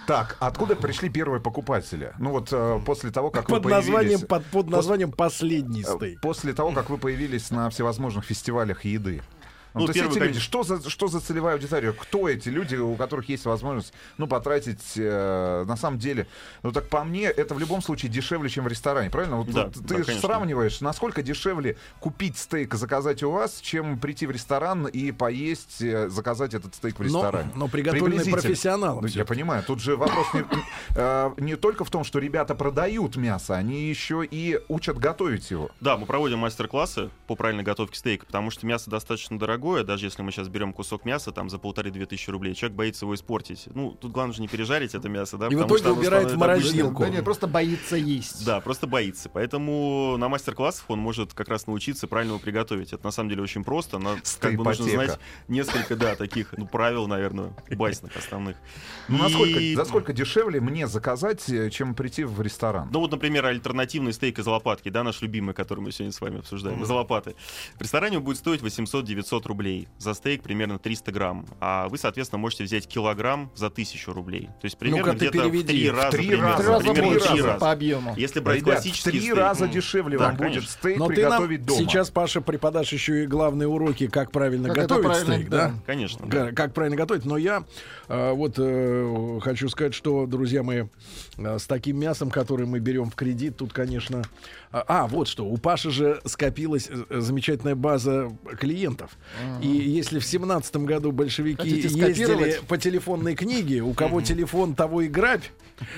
Speaker 3: Так, откуда пришли первые покупатели? Ну вот э, после того, как
Speaker 2: Под
Speaker 3: вы появились...
Speaker 2: названием, под, под названием «Последний
Speaker 3: э,
Speaker 2: стейк».
Speaker 3: После того, как вы появились на всевозможных фестивалях еды. Ну,
Speaker 5: Ну,
Speaker 3: то есть
Speaker 5: первый,
Speaker 3: эти люди,
Speaker 5: конечно.
Speaker 3: что за, что за целевая аудитория? Кто эти люди, у которых есть возможность ну, потратить, э, на самом деле, ну так по мне, это в любом случае дешевле, чем в ресторане, правильно? Вот,
Speaker 5: Да,
Speaker 3: вот
Speaker 5: да,
Speaker 3: ты же
Speaker 5: конечно.
Speaker 3: сравниваешь, насколько дешевле купить стейк и заказать у вас, чем прийти в ресторан и поесть, э, заказать этот стейк в ресторане.
Speaker 2: но приготовленный
Speaker 3: Приблизительно.
Speaker 2: профессионалом
Speaker 3: Ну, Я
Speaker 2: всё-таки.
Speaker 3: понимаю, тут же вопрос не, э, не только в том, что ребята продают мясо, они еще и учат готовить его.
Speaker 5: Да, мы проводим мастер-классы по правильной готовке стейка, потому что мясо достаточно дорогое, даже если мы сейчас берем кусок мяса там за полторы-две тысячи рублей, человек боится его испортить. Ну, тут главное же не пережарить это мясо, да?
Speaker 2: И в
Speaker 5: потому
Speaker 2: итоге
Speaker 5: что оно
Speaker 2: убирает в
Speaker 5: становится
Speaker 2: морозилку.
Speaker 5: обычным.
Speaker 4: Да нет, просто боится есть.
Speaker 5: Да, просто боится. Поэтому на мастер-классах он может как раз научиться правильно его приготовить. Это на самом деле очень просто. но как бы нужно
Speaker 3: Стейпотека.
Speaker 5: знать несколько, да, таких ну, правил, наверное, базисных основных.
Speaker 3: Ну,
Speaker 5: И-
Speaker 3: насколько, за сколько дешевле мне заказать, э, чем прийти в ресторан?
Speaker 5: Ну вот, например, альтернативный стейк из лопатки, да, наш любимый, который мы сегодня с вами обсуждаем, из лопаты. В ресторане он будет стоить 800-900 рублей. За стейк примерно 300 грамм. А вы, соответственно, можете взять килограмм за 1000 рублей. То есть примерно
Speaker 2: Ну-ка ты
Speaker 5: где-то в
Speaker 2: переведи.
Speaker 5: три
Speaker 2: В
Speaker 5: раза.
Speaker 3: три
Speaker 5: примерно,
Speaker 4: Три раза
Speaker 5: примерно в три
Speaker 4: больше
Speaker 5: раза.
Speaker 4: по объему.
Speaker 5: Если брать
Speaker 3: Ребят, в
Speaker 5: классический
Speaker 3: три
Speaker 5: стейк,
Speaker 3: раза
Speaker 5: м,
Speaker 3: дешевле
Speaker 5: да,
Speaker 3: вам будет
Speaker 5: конечно.
Speaker 3: стейк
Speaker 2: Но ты нам
Speaker 3: приготовить дома.
Speaker 2: сейчас, Паша, преподашь еще и главные уроки, как правильно
Speaker 4: Как это
Speaker 2: готовить
Speaker 4: правильно,
Speaker 2: стейк,
Speaker 4: да.
Speaker 2: да?
Speaker 5: Конечно. да.
Speaker 2: Га- Как правильно готовить. Но я э, вот э, хочу сказать, что, друзья мои, э, с таким мясом, которое мы берем в кредит, тут, конечно... А, а, вот что, у Паши же скопилась э, э, замечательная база клиентов. И если в семнадцатом году большевики
Speaker 4: Хотите
Speaker 2: ездили
Speaker 4: скопировать?
Speaker 2: по телефонной книге, у кого телефон, того и грабь,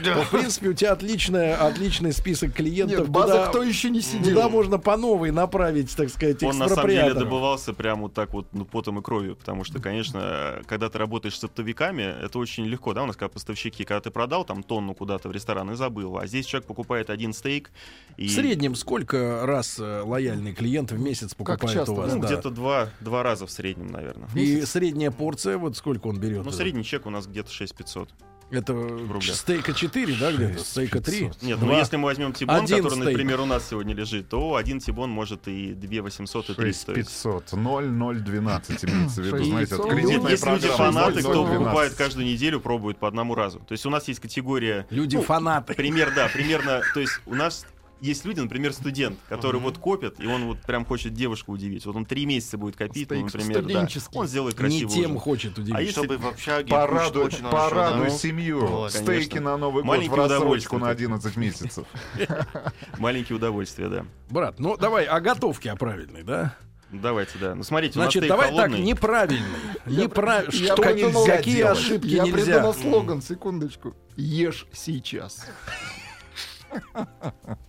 Speaker 2: то, в принципе, у тебя отличная, отличный список клиентов.
Speaker 4: Нет, база
Speaker 2: куда- Ну,
Speaker 4: кто еще не сидел.
Speaker 2: Туда можно по новой направить, так сказать,
Speaker 5: Он на самом деле
Speaker 2: экспроприаторов.
Speaker 5: добывался прям вот так вот ну, потом и кровью, потому что, конечно, когда ты работаешь с оптовиками, это очень легко, да, у нас как поставщики, когда ты продал там тонну куда-то в ресторан и забыл, а здесь человек покупает один стейк и
Speaker 2: В среднем сколько раз э, лояльный клиент в месяц покупает
Speaker 4: часто,
Speaker 2: у вас?
Speaker 5: ну,
Speaker 2: да?
Speaker 5: где-то два, два раза в среднем, Ну, наверное.
Speaker 2: И средняя порция, вот сколько он берет?
Speaker 5: Ну, средний чек у нас где-то 6500.
Speaker 2: Это
Speaker 5: рублях.
Speaker 2: стейка 4, да, где-то? Стейка 3.
Speaker 5: Нет, ну
Speaker 2: Два.
Speaker 5: если мы возьмем Тибон,
Speaker 2: Один
Speaker 5: который,
Speaker 2: стейк.
Speaker 5: например, у нас сегодня лежит, то один Тибон может и 2 800 и 3 стоить.
Speaker 3: 6500. 0012 имеется в виду. Знаете,
Speaker 4: Шесть
Speaker 2: Ну,
Speaker 4: пятьсот.
Speaker 3: это кредитная
Speaker 5: Есть люди
Speaker 3: программа.
Speaker 5: фанаты, кто
Speaker 3: 0012.
Speaker 5: покупает каждую неделю, пробует по одному разу. То есть у нас есть категория... ну,
Speaker 2: Люди-фанаты.
Speaker 5: Пример, да, примерно, то есть у нас есть люди, например, студент, который вот копит, и он вот прям хочет девушку удивить. Вот он три месяца будет копить, ну,
Speaker 4: Стейк
Speaker 5: например, да.
Speaker 4: студенческий.
Speaker 5: Он сделает
Speaker 2: Не
Speaker 5: красивую.
Speaker 2: тем хочет удивить.
Speaker 5: А если-
Speaker 6: Чтобы в общаге
Speaker 3: Порадуй,
Speaker 6: очень хорошо,
Speaker 3: порадуй
Speaker 5: да.
Speaker 3: семью.
Speaker 6: Вот,
Speaker 3: Стейки
Speaker 5: конечно.
Speaker 3: на Новый
Speaker 5: Маленькие
Speaker 3: год в рассрочку
Speaker 5: удовольствия.
Speaker 3: на 11 месяцев.
Speaker 5: Маленькие удовольствия, да.
Speaker 2: Брат, ну давай о готовке о правильной, да?
Speaker 5: Давайте, да. Ну, смотрите, у нас
Speaker 2: Значит,
Speaker 5: стейк
Speaker 2: давай
Speaker 5: холодный.
Speaker 2: так, неправильный. Неправильный.
Speaker 4: я
Speaker 2: Что
Speaker 4: придумал,
Speaker 2: нельзя Какие
Speaker 3: делать.
Speaker 2: ошибки
Speaker 4: Я
Speaker 2: нельзя?
Speaker 4: придумал слоган, секундочку. Ешь сейчас.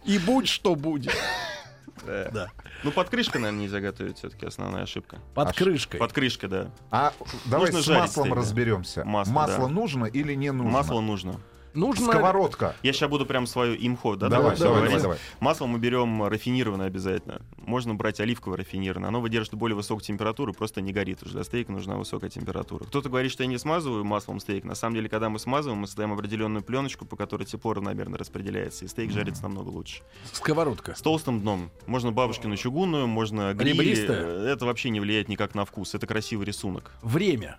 Speaker 2: И будь что будет.
Speaker 5: Да.
Speaker 2: Да.
Speaker 5: Ну, под крышкой, наверное, нельзя готовить, все-таки основная ошибка.
Speaker 2: Под
Speaker 3: Аж-
Speaker 2: крышкой.
Speaker 5: Под крышкой, да.
Speaker 3: А давай
Speaker 5: Нужно
Speaker 3: с
Speaker 5: жарить
Speaker 3: маслом
Speaker 5: стейк, да.
Speaker 3: разберемся.
Speaker 5: Масло, да.
Speaker 3: нужно или не нужно?
Speaker 5: Масло нужно.
Speaker 2: Нужно...
Speaker 3: Сковородка.
Speaker 5: Я сейчас буду прям свою имхо, да,
Speaker 3: Давай,
Speaker 5: такое
Speaker 3: давай,
Speaker 5: говорить?
Speaker 3: давай, давай.
Speaker 5: Масло мы берем рафинированное обязательно. Можно брать оливковое рафинированное. Оно выдержит более высокую температуру, просто не горит уже. Для стейка нужна высокая температура. Кто-то говорит, что я не смазываю маслом стейк. На самом деле, когда мы смазываем, мы создаем определенную пленочку, по которой тепло равномерно распределяется, и стейк жарится намного лучше.
Speaker 2: Сковородка.
Speaker 5: С толстым дном. Можно бабушкину чугунную, можно гриль.
Speaker 2: Ребристая?
Speaker 5: Это вообще не влияет никак на вкус. Это красивый рисунок.
Speaker 2: Время.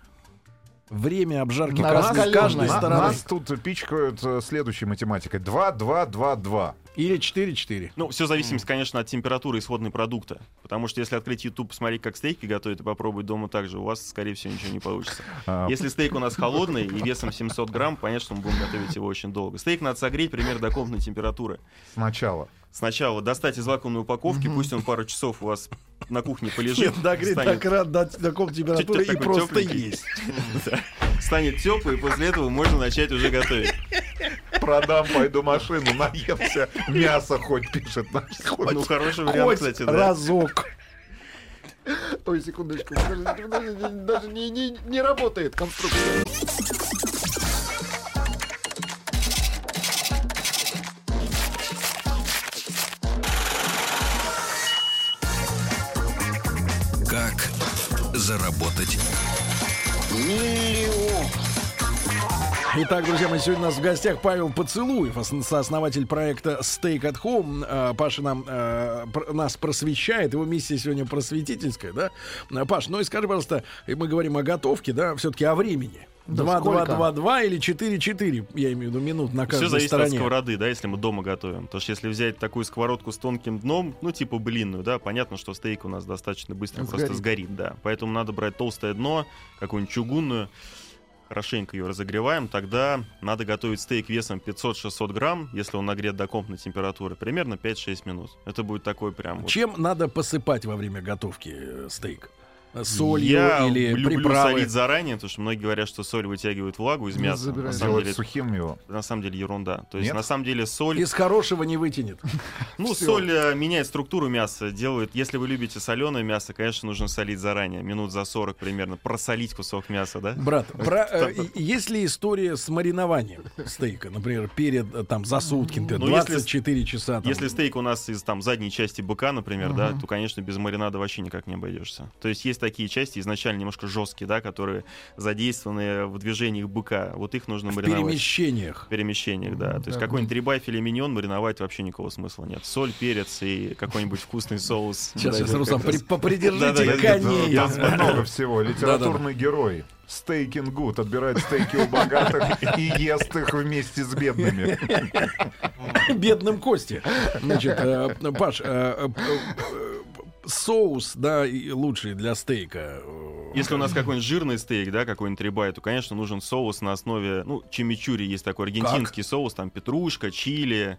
Speaker 2: Время обжарки
Speaker 4: На
Speaker 2: каждой-
Speaker 4: раскаленной.
Speaker 2: каждой
Speaker 4: На-
Speaker 3: На-
Speaker 2: стороны.
Speaker 3: нас тут пичкают э, следующей математикой. 2, 2, 2, 2.
Speaker 2: Или 4-4.
Speaker 5: Ну, все зависимость, конечно, от температуры исходной продукта. Потому что если открыть YouTube, посмотреть, как стейки готовят, и попробовать дома так же, у вас, скорее всего, ничего не получится.
Speaker 3: А.
Speaker 5: Если стейк у нас холодный и весом 700 грамм, понятно, что мы будем готовить его очень долго. Стейк надо согреть примерно до комнатной температуры.
Speaker 3: Сначала.
Speaker 5: Сначала достать из вакуумной упаковки, пусть он пару часов у вас на кухне полежит. станет-
Speaker 2: рад до такой температуры
Speaker 5: Чё-чё такой тёпленький. Да. Станет теплый, и после этого можно начать уже готовить.
Speaker 3: Продам, пойду машину, наемся. Мясо хоть пишет наш слушатель.
Speaker 5: Ну, хороший вариант, кстати, да.
Speaker 2: разок.
Speaker 4: Ой, секундочку. Подождите, подождите, Даже не- не не работает конструкция.
Speaker 1: Как заработать?
Speaker 2: Итак, друзья мои, сегодня у нас в гостях Павел Поцелуев, ос- сооснователь проекта Steak at Home. А, Паша нам, э, пр- нас просвещает, его миссия сегодня просветительская, да? А, Паш, ну и скажи, пожалуйста, и мы говорим о готовке, да, все-таки о времени.
Speaker 4: Да
Speaker 2: 2-2-2-2 или 4-4, я имею в виду, минут на
Speaker 5: Все
Speaker 2: каждой
Speaker 5: зависит от
Speaker 2: стороне.
Speaker 5: сковороды, да, если мы дома готовим. Потому что если взять такую сковородку с тонким дном, ну, типа блинную, да, понятно, что стейк у нас достаточно быстро
Speaker 4: Сгорит.
Speaker 5: просто сгорит, да. Поэтому надо брать толстое дно, какую-нибудь чугунную, хорошенько ее разогреваем, тогда надо готовить стейк весом 500-600 грамм, если он нагрет до комнатной температуры, примерно 5-6 минут. Это будет такой прям... вот-
Speaker 2: Чем надо посыпать во время готовки э, стейк? Солью
Speaker 5: Я
Speaker 2: или
Speaker 5: люблю
Speaker 2: приправой?
Speaker 5: солить заранее, потому что многие говорят, что соль вытягивает влагу из
Speaker 4: Не
Speaker 5: мяса. На
Speaker 4: забирает.
Speaker 5: самом,
Speaker 3: Делать
Speaker 5: деле,
Speaker 3: сухим его.
Speaker 5: на самом деле ерунда. То есть
Speaker 3: Нет?
Speaker 5: на самом деле соль...
Speaker 2: Из хорошего не вытянет.
Speaker 5: Ну,
Speaker 4: Всё.
Speaker 5: соль э, меняет структуру мяса, делает. Если вы любите соленое мясо, конечно, нужно солить заранее, минут за 40 примерно, просолить кусок мяса, да?
Speaker 2: Брат, про, э, и- есть ли история с маринованием стейка? Например, перед э, там за сутки, например,
Speaker 5: Ну, если с-
Speaker 2: 24 часа. Там.
Speaker 5: Если стейк у нас из там задней части быка, например, да, то, конечно, без маринада вообще никак не обойдешься. То есть есть такие части изначально немножко жесткие, да, которые задействованы в движениях быка. Вот их нужно
Speaker 2: в
Speaker 5: мариновать.
Speaker 2: перемещениях.
Speaker 5: В перемещениях, да. То есть
Speaker 4: Да.
Speaker 5: какой-нибудь рибай филе миньон мариновать вообще никакого смысла нет. Соль, перец и какой-нибудь вкусный соус.
Speaker 2: Сейчас, сейчас,
Speaker 5: Да,
Speaker 2: Руслан,
Speaker 5: как-то-
Speaker 2: при- попридержите
Speaker 5: Да-да, я-
Speaker 2: коней.
Speaker 3: Ну, Там много всего. Литературный герой. Стейкин Гуд отбирает стейки у богатых и ест их вместе с бедными.
Speaker 2: Бедным Кости. Значит, э, Паш, э, э, э, соус, да, и лучший для стейка. э,
Speaker 5: Если у нас какой-нибудь жирный стейк, да, какой-нибудь рибай, то, конечно, нужен соус на основе, ну, чимичури есть такой аргентинский соус, там петрушка, чили.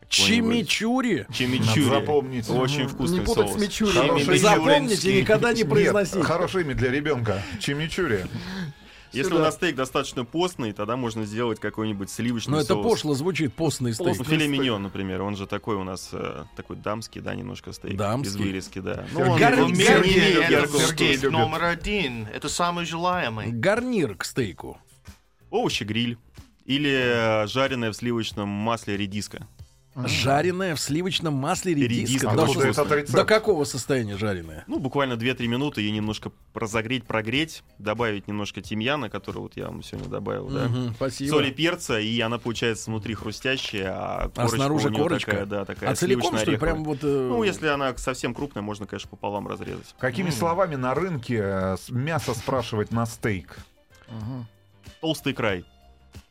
Speaker 5: какой-нибудь
Speaker 2: Чимичури.
Speaker 5: Чимичури.
Speaker 3: Надо запомнить.
Speaker 5: Очень вкусный
Speaker 4: Не путать с
Speaker 5: соус.
Speaker 4: мичури.
Speaker 5: Чимичуринский.
Speaker 2: Запомните, никогда не
Speaker 3: Нет,
Speaker 2: произносите.
Speaker 3: хорошее имя для ребенка. Чимичури.
Speaker 5: Если
Speaker 4: Сюда.
Speaker 5: у нас стейк достаточно постный, тогда можно сделать какой-нибудь сливочный
Speaker 2: Но это
Speaker 5: соус.
Speaker 2: пошло звучит, постный
Speaker 5: Ну,
Speaker 2: стейк.
Speaker 5: филе миньон, например, он же такой у нас, э, такой дамский, да, немножко стейк.
Speaker 2: Дамский?
Speaker 5: Из вырезки, да. Ну,
Speaker 3: Сергей,
Speaker 5: он-
Speaker 2: Гарри-
Speaker 5: он
Speaker 2: Гарри-
Speaker 5: не имеет яркого
Speaker 6: это
Speaker 3: Сергей.
Speaker 5: вкуса.
Speaker 6: стейк
Speaker 3: любит.
Speaker 6: номер один. Это самый желаемый.
Speaker 2: Гарнир к стейку.
Speaker 5: Овощи гриль. Или э, жареная в сливочном масле редиска.
Speaker 2: Жареная в сливочном масле
Speaker 5: Редиска.
Speaker 2: редиска.
Speaker 5: А
Speaker 2: До
Speaker 3: Откуда
Speaker 5: что
Speaker 2: шо-
Speaker 5: это?
Speaker 3: этот рецепт?
Speaker 2: До какого состояния жареная?
Speaker 5: Ну, буквально 2-3 минуты ее немножко разогреть, прогреть, добавить немножко тимьяна, который вот я вам сегодня добавил, да.
Speaker 2: Мгм, спасибо.
Speaker 5: Соли перца, и она получается внутри хрустящая, а,
Speaker 2: А
Speaker 5: корочка
Speaker 2: снаружи
Speaker 5: у неё
Speaker 2: корочка?
Speaker 5: такая, да, такая
Speaker 2: а целиком, что ли,
Speaker 5: сливочно-ореховая.
Speaker 2: прям вот... э,
Speaker 5: Ну, если она совсем крупная, можно, конечно, пополам разрезать.
Speaker 3: Какими словами на рынке э, с- мясо спрашивать на стейк?
Speaker 5: Толстый край.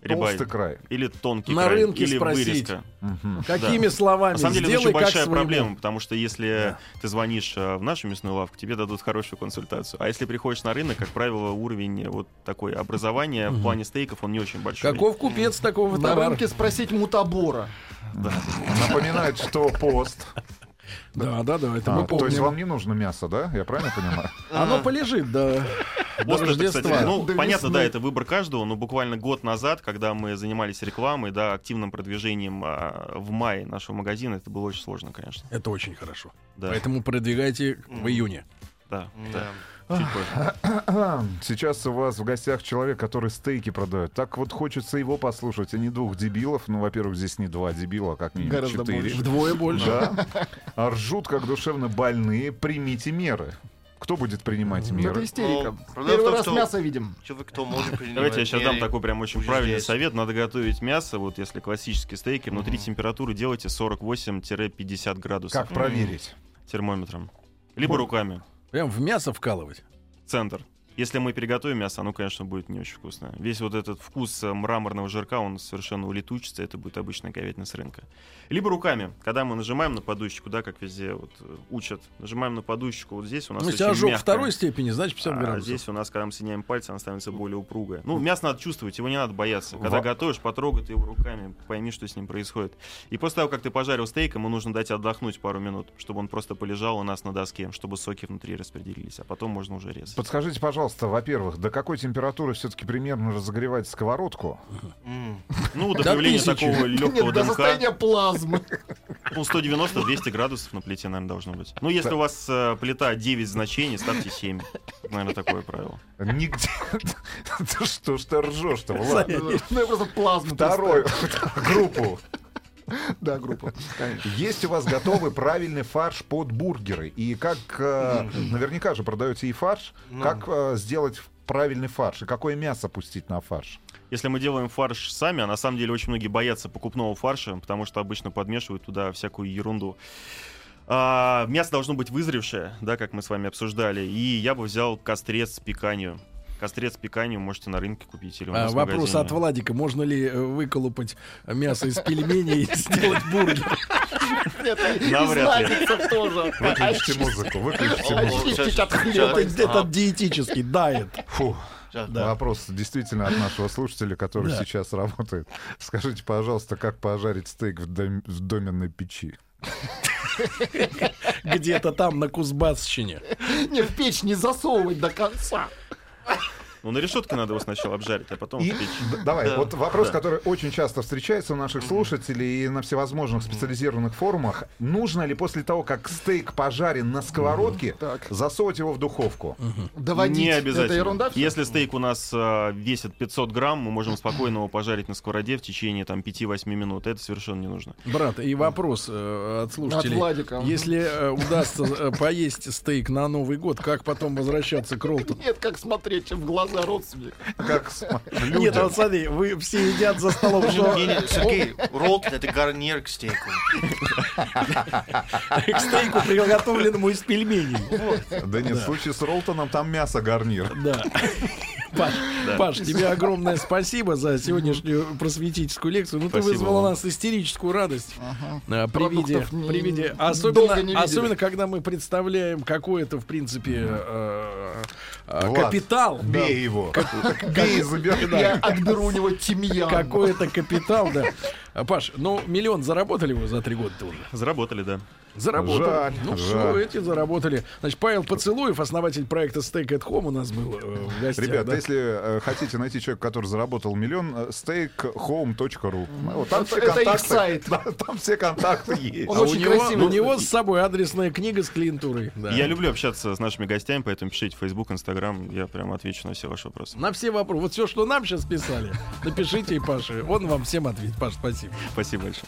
Speaker 5: Ребай.
Speaker 3: Толстый край.
Speaker 5: Или тонкий
Speaker 2: На
Speaker 5: край.
Speaker 2: рынке
Speaker 5: или
Speaker 2: спросить.
Speaker 5: вырезка.
Speaker 3: Мгм.
Speaker 2: Какими словами?
Speaker 5: На самом деле, это
Speaker 2: Сделай
Speaker 5: очень
Speaker 2: как
Speaker 5: большая
Speaker 2: своему.
Speaker 5: проблема, потому что если ты звонишь э, в нашу мясную лавку, тебе дадут хорошую консультацию. А если приходишь на рынок, как правило, уровень э, вот такой образования в плане стейков, он не очень большой.
Speaker 2: Каков купец такого
Speaker 4: На
Speaker 2: товара?
Speaker 4: рынке спросить мутабора.
Speaker 3: Напоминает, что пост.
Speaker 2: Да, да, да, это
Speaker 3: А,
Speaker 2: мы
Speaker 3: то есть
Speaker 2: помним.
Speaker 3: вам не нужно мясо, да? Я правильно понимаю?
Speaker 5: А.
Speaker 2: Оно полежит до, до
Speaker 5: Вот это,
Speaker 2: Рождества.
Speaker 5: кстати, ну,
Speaker 4: До
Speaker 5: понятно,
Speaker 4: весны.
Speaker 5: да, это выбор каждого, но буквально год назад, когда мы занимались рекламой, да, активным продвижением а, в мае нашего магазина, это было очень сложно, конечно.
Speaker 2: Это очень хорошо.
Speaker 5: Да,
Speaker 2: Поэтому продвигайте в июне.
Speaker 5: да, да.
Speaker 6: Да.
Speaker 5: Чуть позже.
Speaker 3: Сейчас у вас в гостях человек, который стейки продает. Так вот хочется его послушать, а не двух дебилов. Ну, во-первых, здесь не два дебила, а как минимум
Speaker 4: Гораздо
Speaker 3: четыре.
Speaker 4: больше.
Speaker 2: Вдвое больше.
Speaker 3: Да. А Ржут, как душевно больные. Примите меры. Кто будет принимать
Speaker 4: Ну, Это
Speaker 3: меры?
Speaker 4: истерика.
Speaker 6: Ну, проблема в
Speaker 4: Первый
Speaker 6: том,
Speaker 4: раз
Speaker 6: что-
Speaker 4: мясо видим.
Speaker 6: Человек, кто может принимать
Speaker 5: Давайте я сейчас дам
Speaker 6: меры.
Speaker 5: такой прям очень
Speaker 6: уже
Speaker 5: правильный
Speaker 6: здесь.
Speaker 5: совет. Надо готовить мясо, вот если классические стейки, внутри температуры делайте 48-50 градусов
Speaker 3: Как проверить?
Speaker 5: термометром. Либо руками.
Speaker 2: Прям в мясо вкалывать.
Speaker 5: Центр. Если мы переготовим мясо, оно, конечно, будет не очень вкусное. Весь вот этот вкус э, мраморного жирка, он совершенно улетучится, это будет обычная говядина с рынка. Либо руками, когда мы нажимаем на подушечку, да, как везде вот э, учат, нажимаем на подушечку, вот здесь у нас
Speaker 2: Ну, если
Speaker 5: очень
Speaker 2: ожог
Speaker 5: мягкая.
Speaker 2: второй степени, значит 50
Speaker 5: А
Speaker 2: градусов.
Speaker 5: здесь у нас, когда мы соединяем пальцы, она становится более упругая. Ну, мясо надо чувствовать, его не надо бояться. Когда
Speaker 3: Во-
Speaker 5: готовишь, потрогай ты его руками, пойми, что с ним происходит. И после того, как ты пожарил стейк, ему нужно дать отдохнуть пару минут, чтобы он просто полежал у нас на доске, чтобы соки внутри распределились, а потом можно уже резать.
Speaker 3: Подскажите, пожалуйста, во-первых, до какой температуры все-таки примерно разогревать сковородку?
Speaker 6: М.
Speaker 5: Ну, до
Speaker 2: До
Speaker 5: появления
Speaker 2: тысячи.
Speaker 5: такого легкого
Speaker 4: Нет, до
Speaker 5: дымка,
Speaker 4: состояния плазмы.
Speaker 5: ну, 190-200 градусов на плите, наверное, должно быть. Ну, если у вас э, плита 9 значений, ставьте 7. Наверное, такое правило.
Speaker 3: Нигде. Да Что ж ты ржешь-то, Влад?
Speaker 4: Ну, я просто плазму
Speaker 3: Второй
Speaker 4: представил.
Speaker 3: группу.
Speaker 4: Да, группа. Конечно.
Speaker 3: Есть у вас готовый правильный фарш под бургеры? И как, э, наверняка же продаете и фарш,
Speaker 6: Ну.
Speaker 3: как э, сделать правильный фарш? И какое мясо пустить на фарш?
Speaker 5: Если мы делаем фарш сами, а на самом деле очень многие боятся покупного фарша, потому что обычно подмешивают туда всякую ерунду. А, мясо должно быть вызревшее, да, как мы с вами обсуждали. И я бы взял кострец с пиканью. Кострец с пиканью можете на рынке купить или у
Speaker 2: А,
Speaker 5: нас в
Speaker 2: вопрос
Speaker 5: магазине.
Speaker 2: от Владика. Можно ли э, выколупать мясо из пельменей и сделать бургер?
Speaker 4: Нет, и- и
Speaker 5: Навряд ли.
Speaker 4: сладенцев тоже.
Speaker 3: Выключите музыку, выключите
Speaker 6: Ага.
Speaker 3: музыку.
Speaker 4: Очистить от
Speaker 2: Это
Speaker 4: хлеба.
Speaker 2: это диетический дайет.
Speaker 3: Фу.
Speaker 6: Сейчас.
Speaker 2: Да.
Speaker 3: Вопрос действительно от нашего слушателя, который
Speaker 2: Да.
Speaker 3: сейчас работает. Скажите, пожалуйста, как пожарить стейк в, дом- в доменной печи?
Speaker 2: Где-то там, на Кузбассчине.
Speaker 4: Не, в печь не засовывать до конца.
Speaker 5: Ну, на решетке надо его сначала обжарить, а потом
Speaker 3: И-
Speaker 5: в печь.
Speaker 3: д- давай,
Speaker 6: Да.
Speaker 3: вот вопрос,
Speaker 5: Да.
Speaker 3: который очень часто встречается у наших слушателей и на всевозможных специализированных форумах. Нужно ли после того, как стейк пожарен на сковородке,
Speaker 4: Так.
Speaker 3: засовывать его в духовку?
Speaker 4: Доводить.
Speaker 5: Не обязательно.
Speaker 4: Это ерунда. всё?
Speaker 5: Если стейк у нас а, весит 500 грамм, мы можем спокойно его пожарить на сковороде в течение там 5-8 минут. Это совершенно не нужно.
Speaker 2: Брат, и вопрос э, от слушателей.
Speaker 4: От Владика. Мгм.
Speaker 2: Если э, удастся э, поесть стейк на Новый год, как потом возвращаться к Ролтону?
Speaker 4: Нет, как смотреть чем в глаза родственника.
Speaker 3: Как см-
Speaker 2: Нет, вот смотри, вы все едят за столом, что
Speaker 6: Не, не, Сергей, Ролтон это гарнир к стейку.
Speaker 2: к стейку, приготовленному из пельменей.
Speaker 3: Да нет, в случае с Ролтоном там мясо гарнир.
Speaker 2: Да. Паш, Паш, тебе огромное спасибо за сегодняшнюю просветительскую лекцию. Ну, ты
Speaker 5: Спасибо
Speaker 2: вызвала
Speaker 5: вам.
Speaker 2: нас истерическую радость а, при виде,
Speaker 4: Продуктов не-
Speaker 2: при виде-
Speaker 4: долго не видели.
Speaker 2: особенно, особенно когда мы представляем какое-то, в принципе, э, э,
Speaker 3: Влад,
Speaker 2: капитал, да,
Speaker 3: Бей его. Бей и забирай.
Speaker 4: Я отберу у него тимьян.
Speaker 2: А, какой-то капитал, да. А, Паш, ну миллион заработали вы за три года тоже.
Speaker 5: Заработали, да.
Speaker 2: Заработали.
Speaker 3: Жаль,
Speaker 2: ну
Speaker 3: жаль.
Speaker 2: все, эти заработали. Значит, Павел Поцелуев, основатель проекта Steak at Home, у нас был э, в гостях.
Speaker 3: Ребят,
Speaker 2: да.
Speaker 3: если э, хотите найти человека, который заработал миллион, э, steakhome.ru. Ну, вот там
Speaker 4: Это-
Speaker 3: все
Speaker 4: это их
Speaker 3: контакты.
Speaker 4: сайт.
Speaker 3: Да, Там все контакты есть.
Speaker 4: Он
Speaker 2: А у
Speaker 4: очень
Speaker 2: него,
Speaker 3: ну,
Speaker 4: красивый.
Speaker 2: у
Speaker 3: э,
Speaker 2: него с собой адресная книга с клиентурой. да.
Speaker 5: Я люблю общаться с нашими гостями, поэтому пишите в Facebook, Instagram, я прям отвечу на все ваши вопросы.
Speaker 2: На все вопросы. Вот все, что нам сейчас писали, напишите и Паше. Он вам всем ответит. Паш, спасибо.
Speaker 5: Спасибо большое.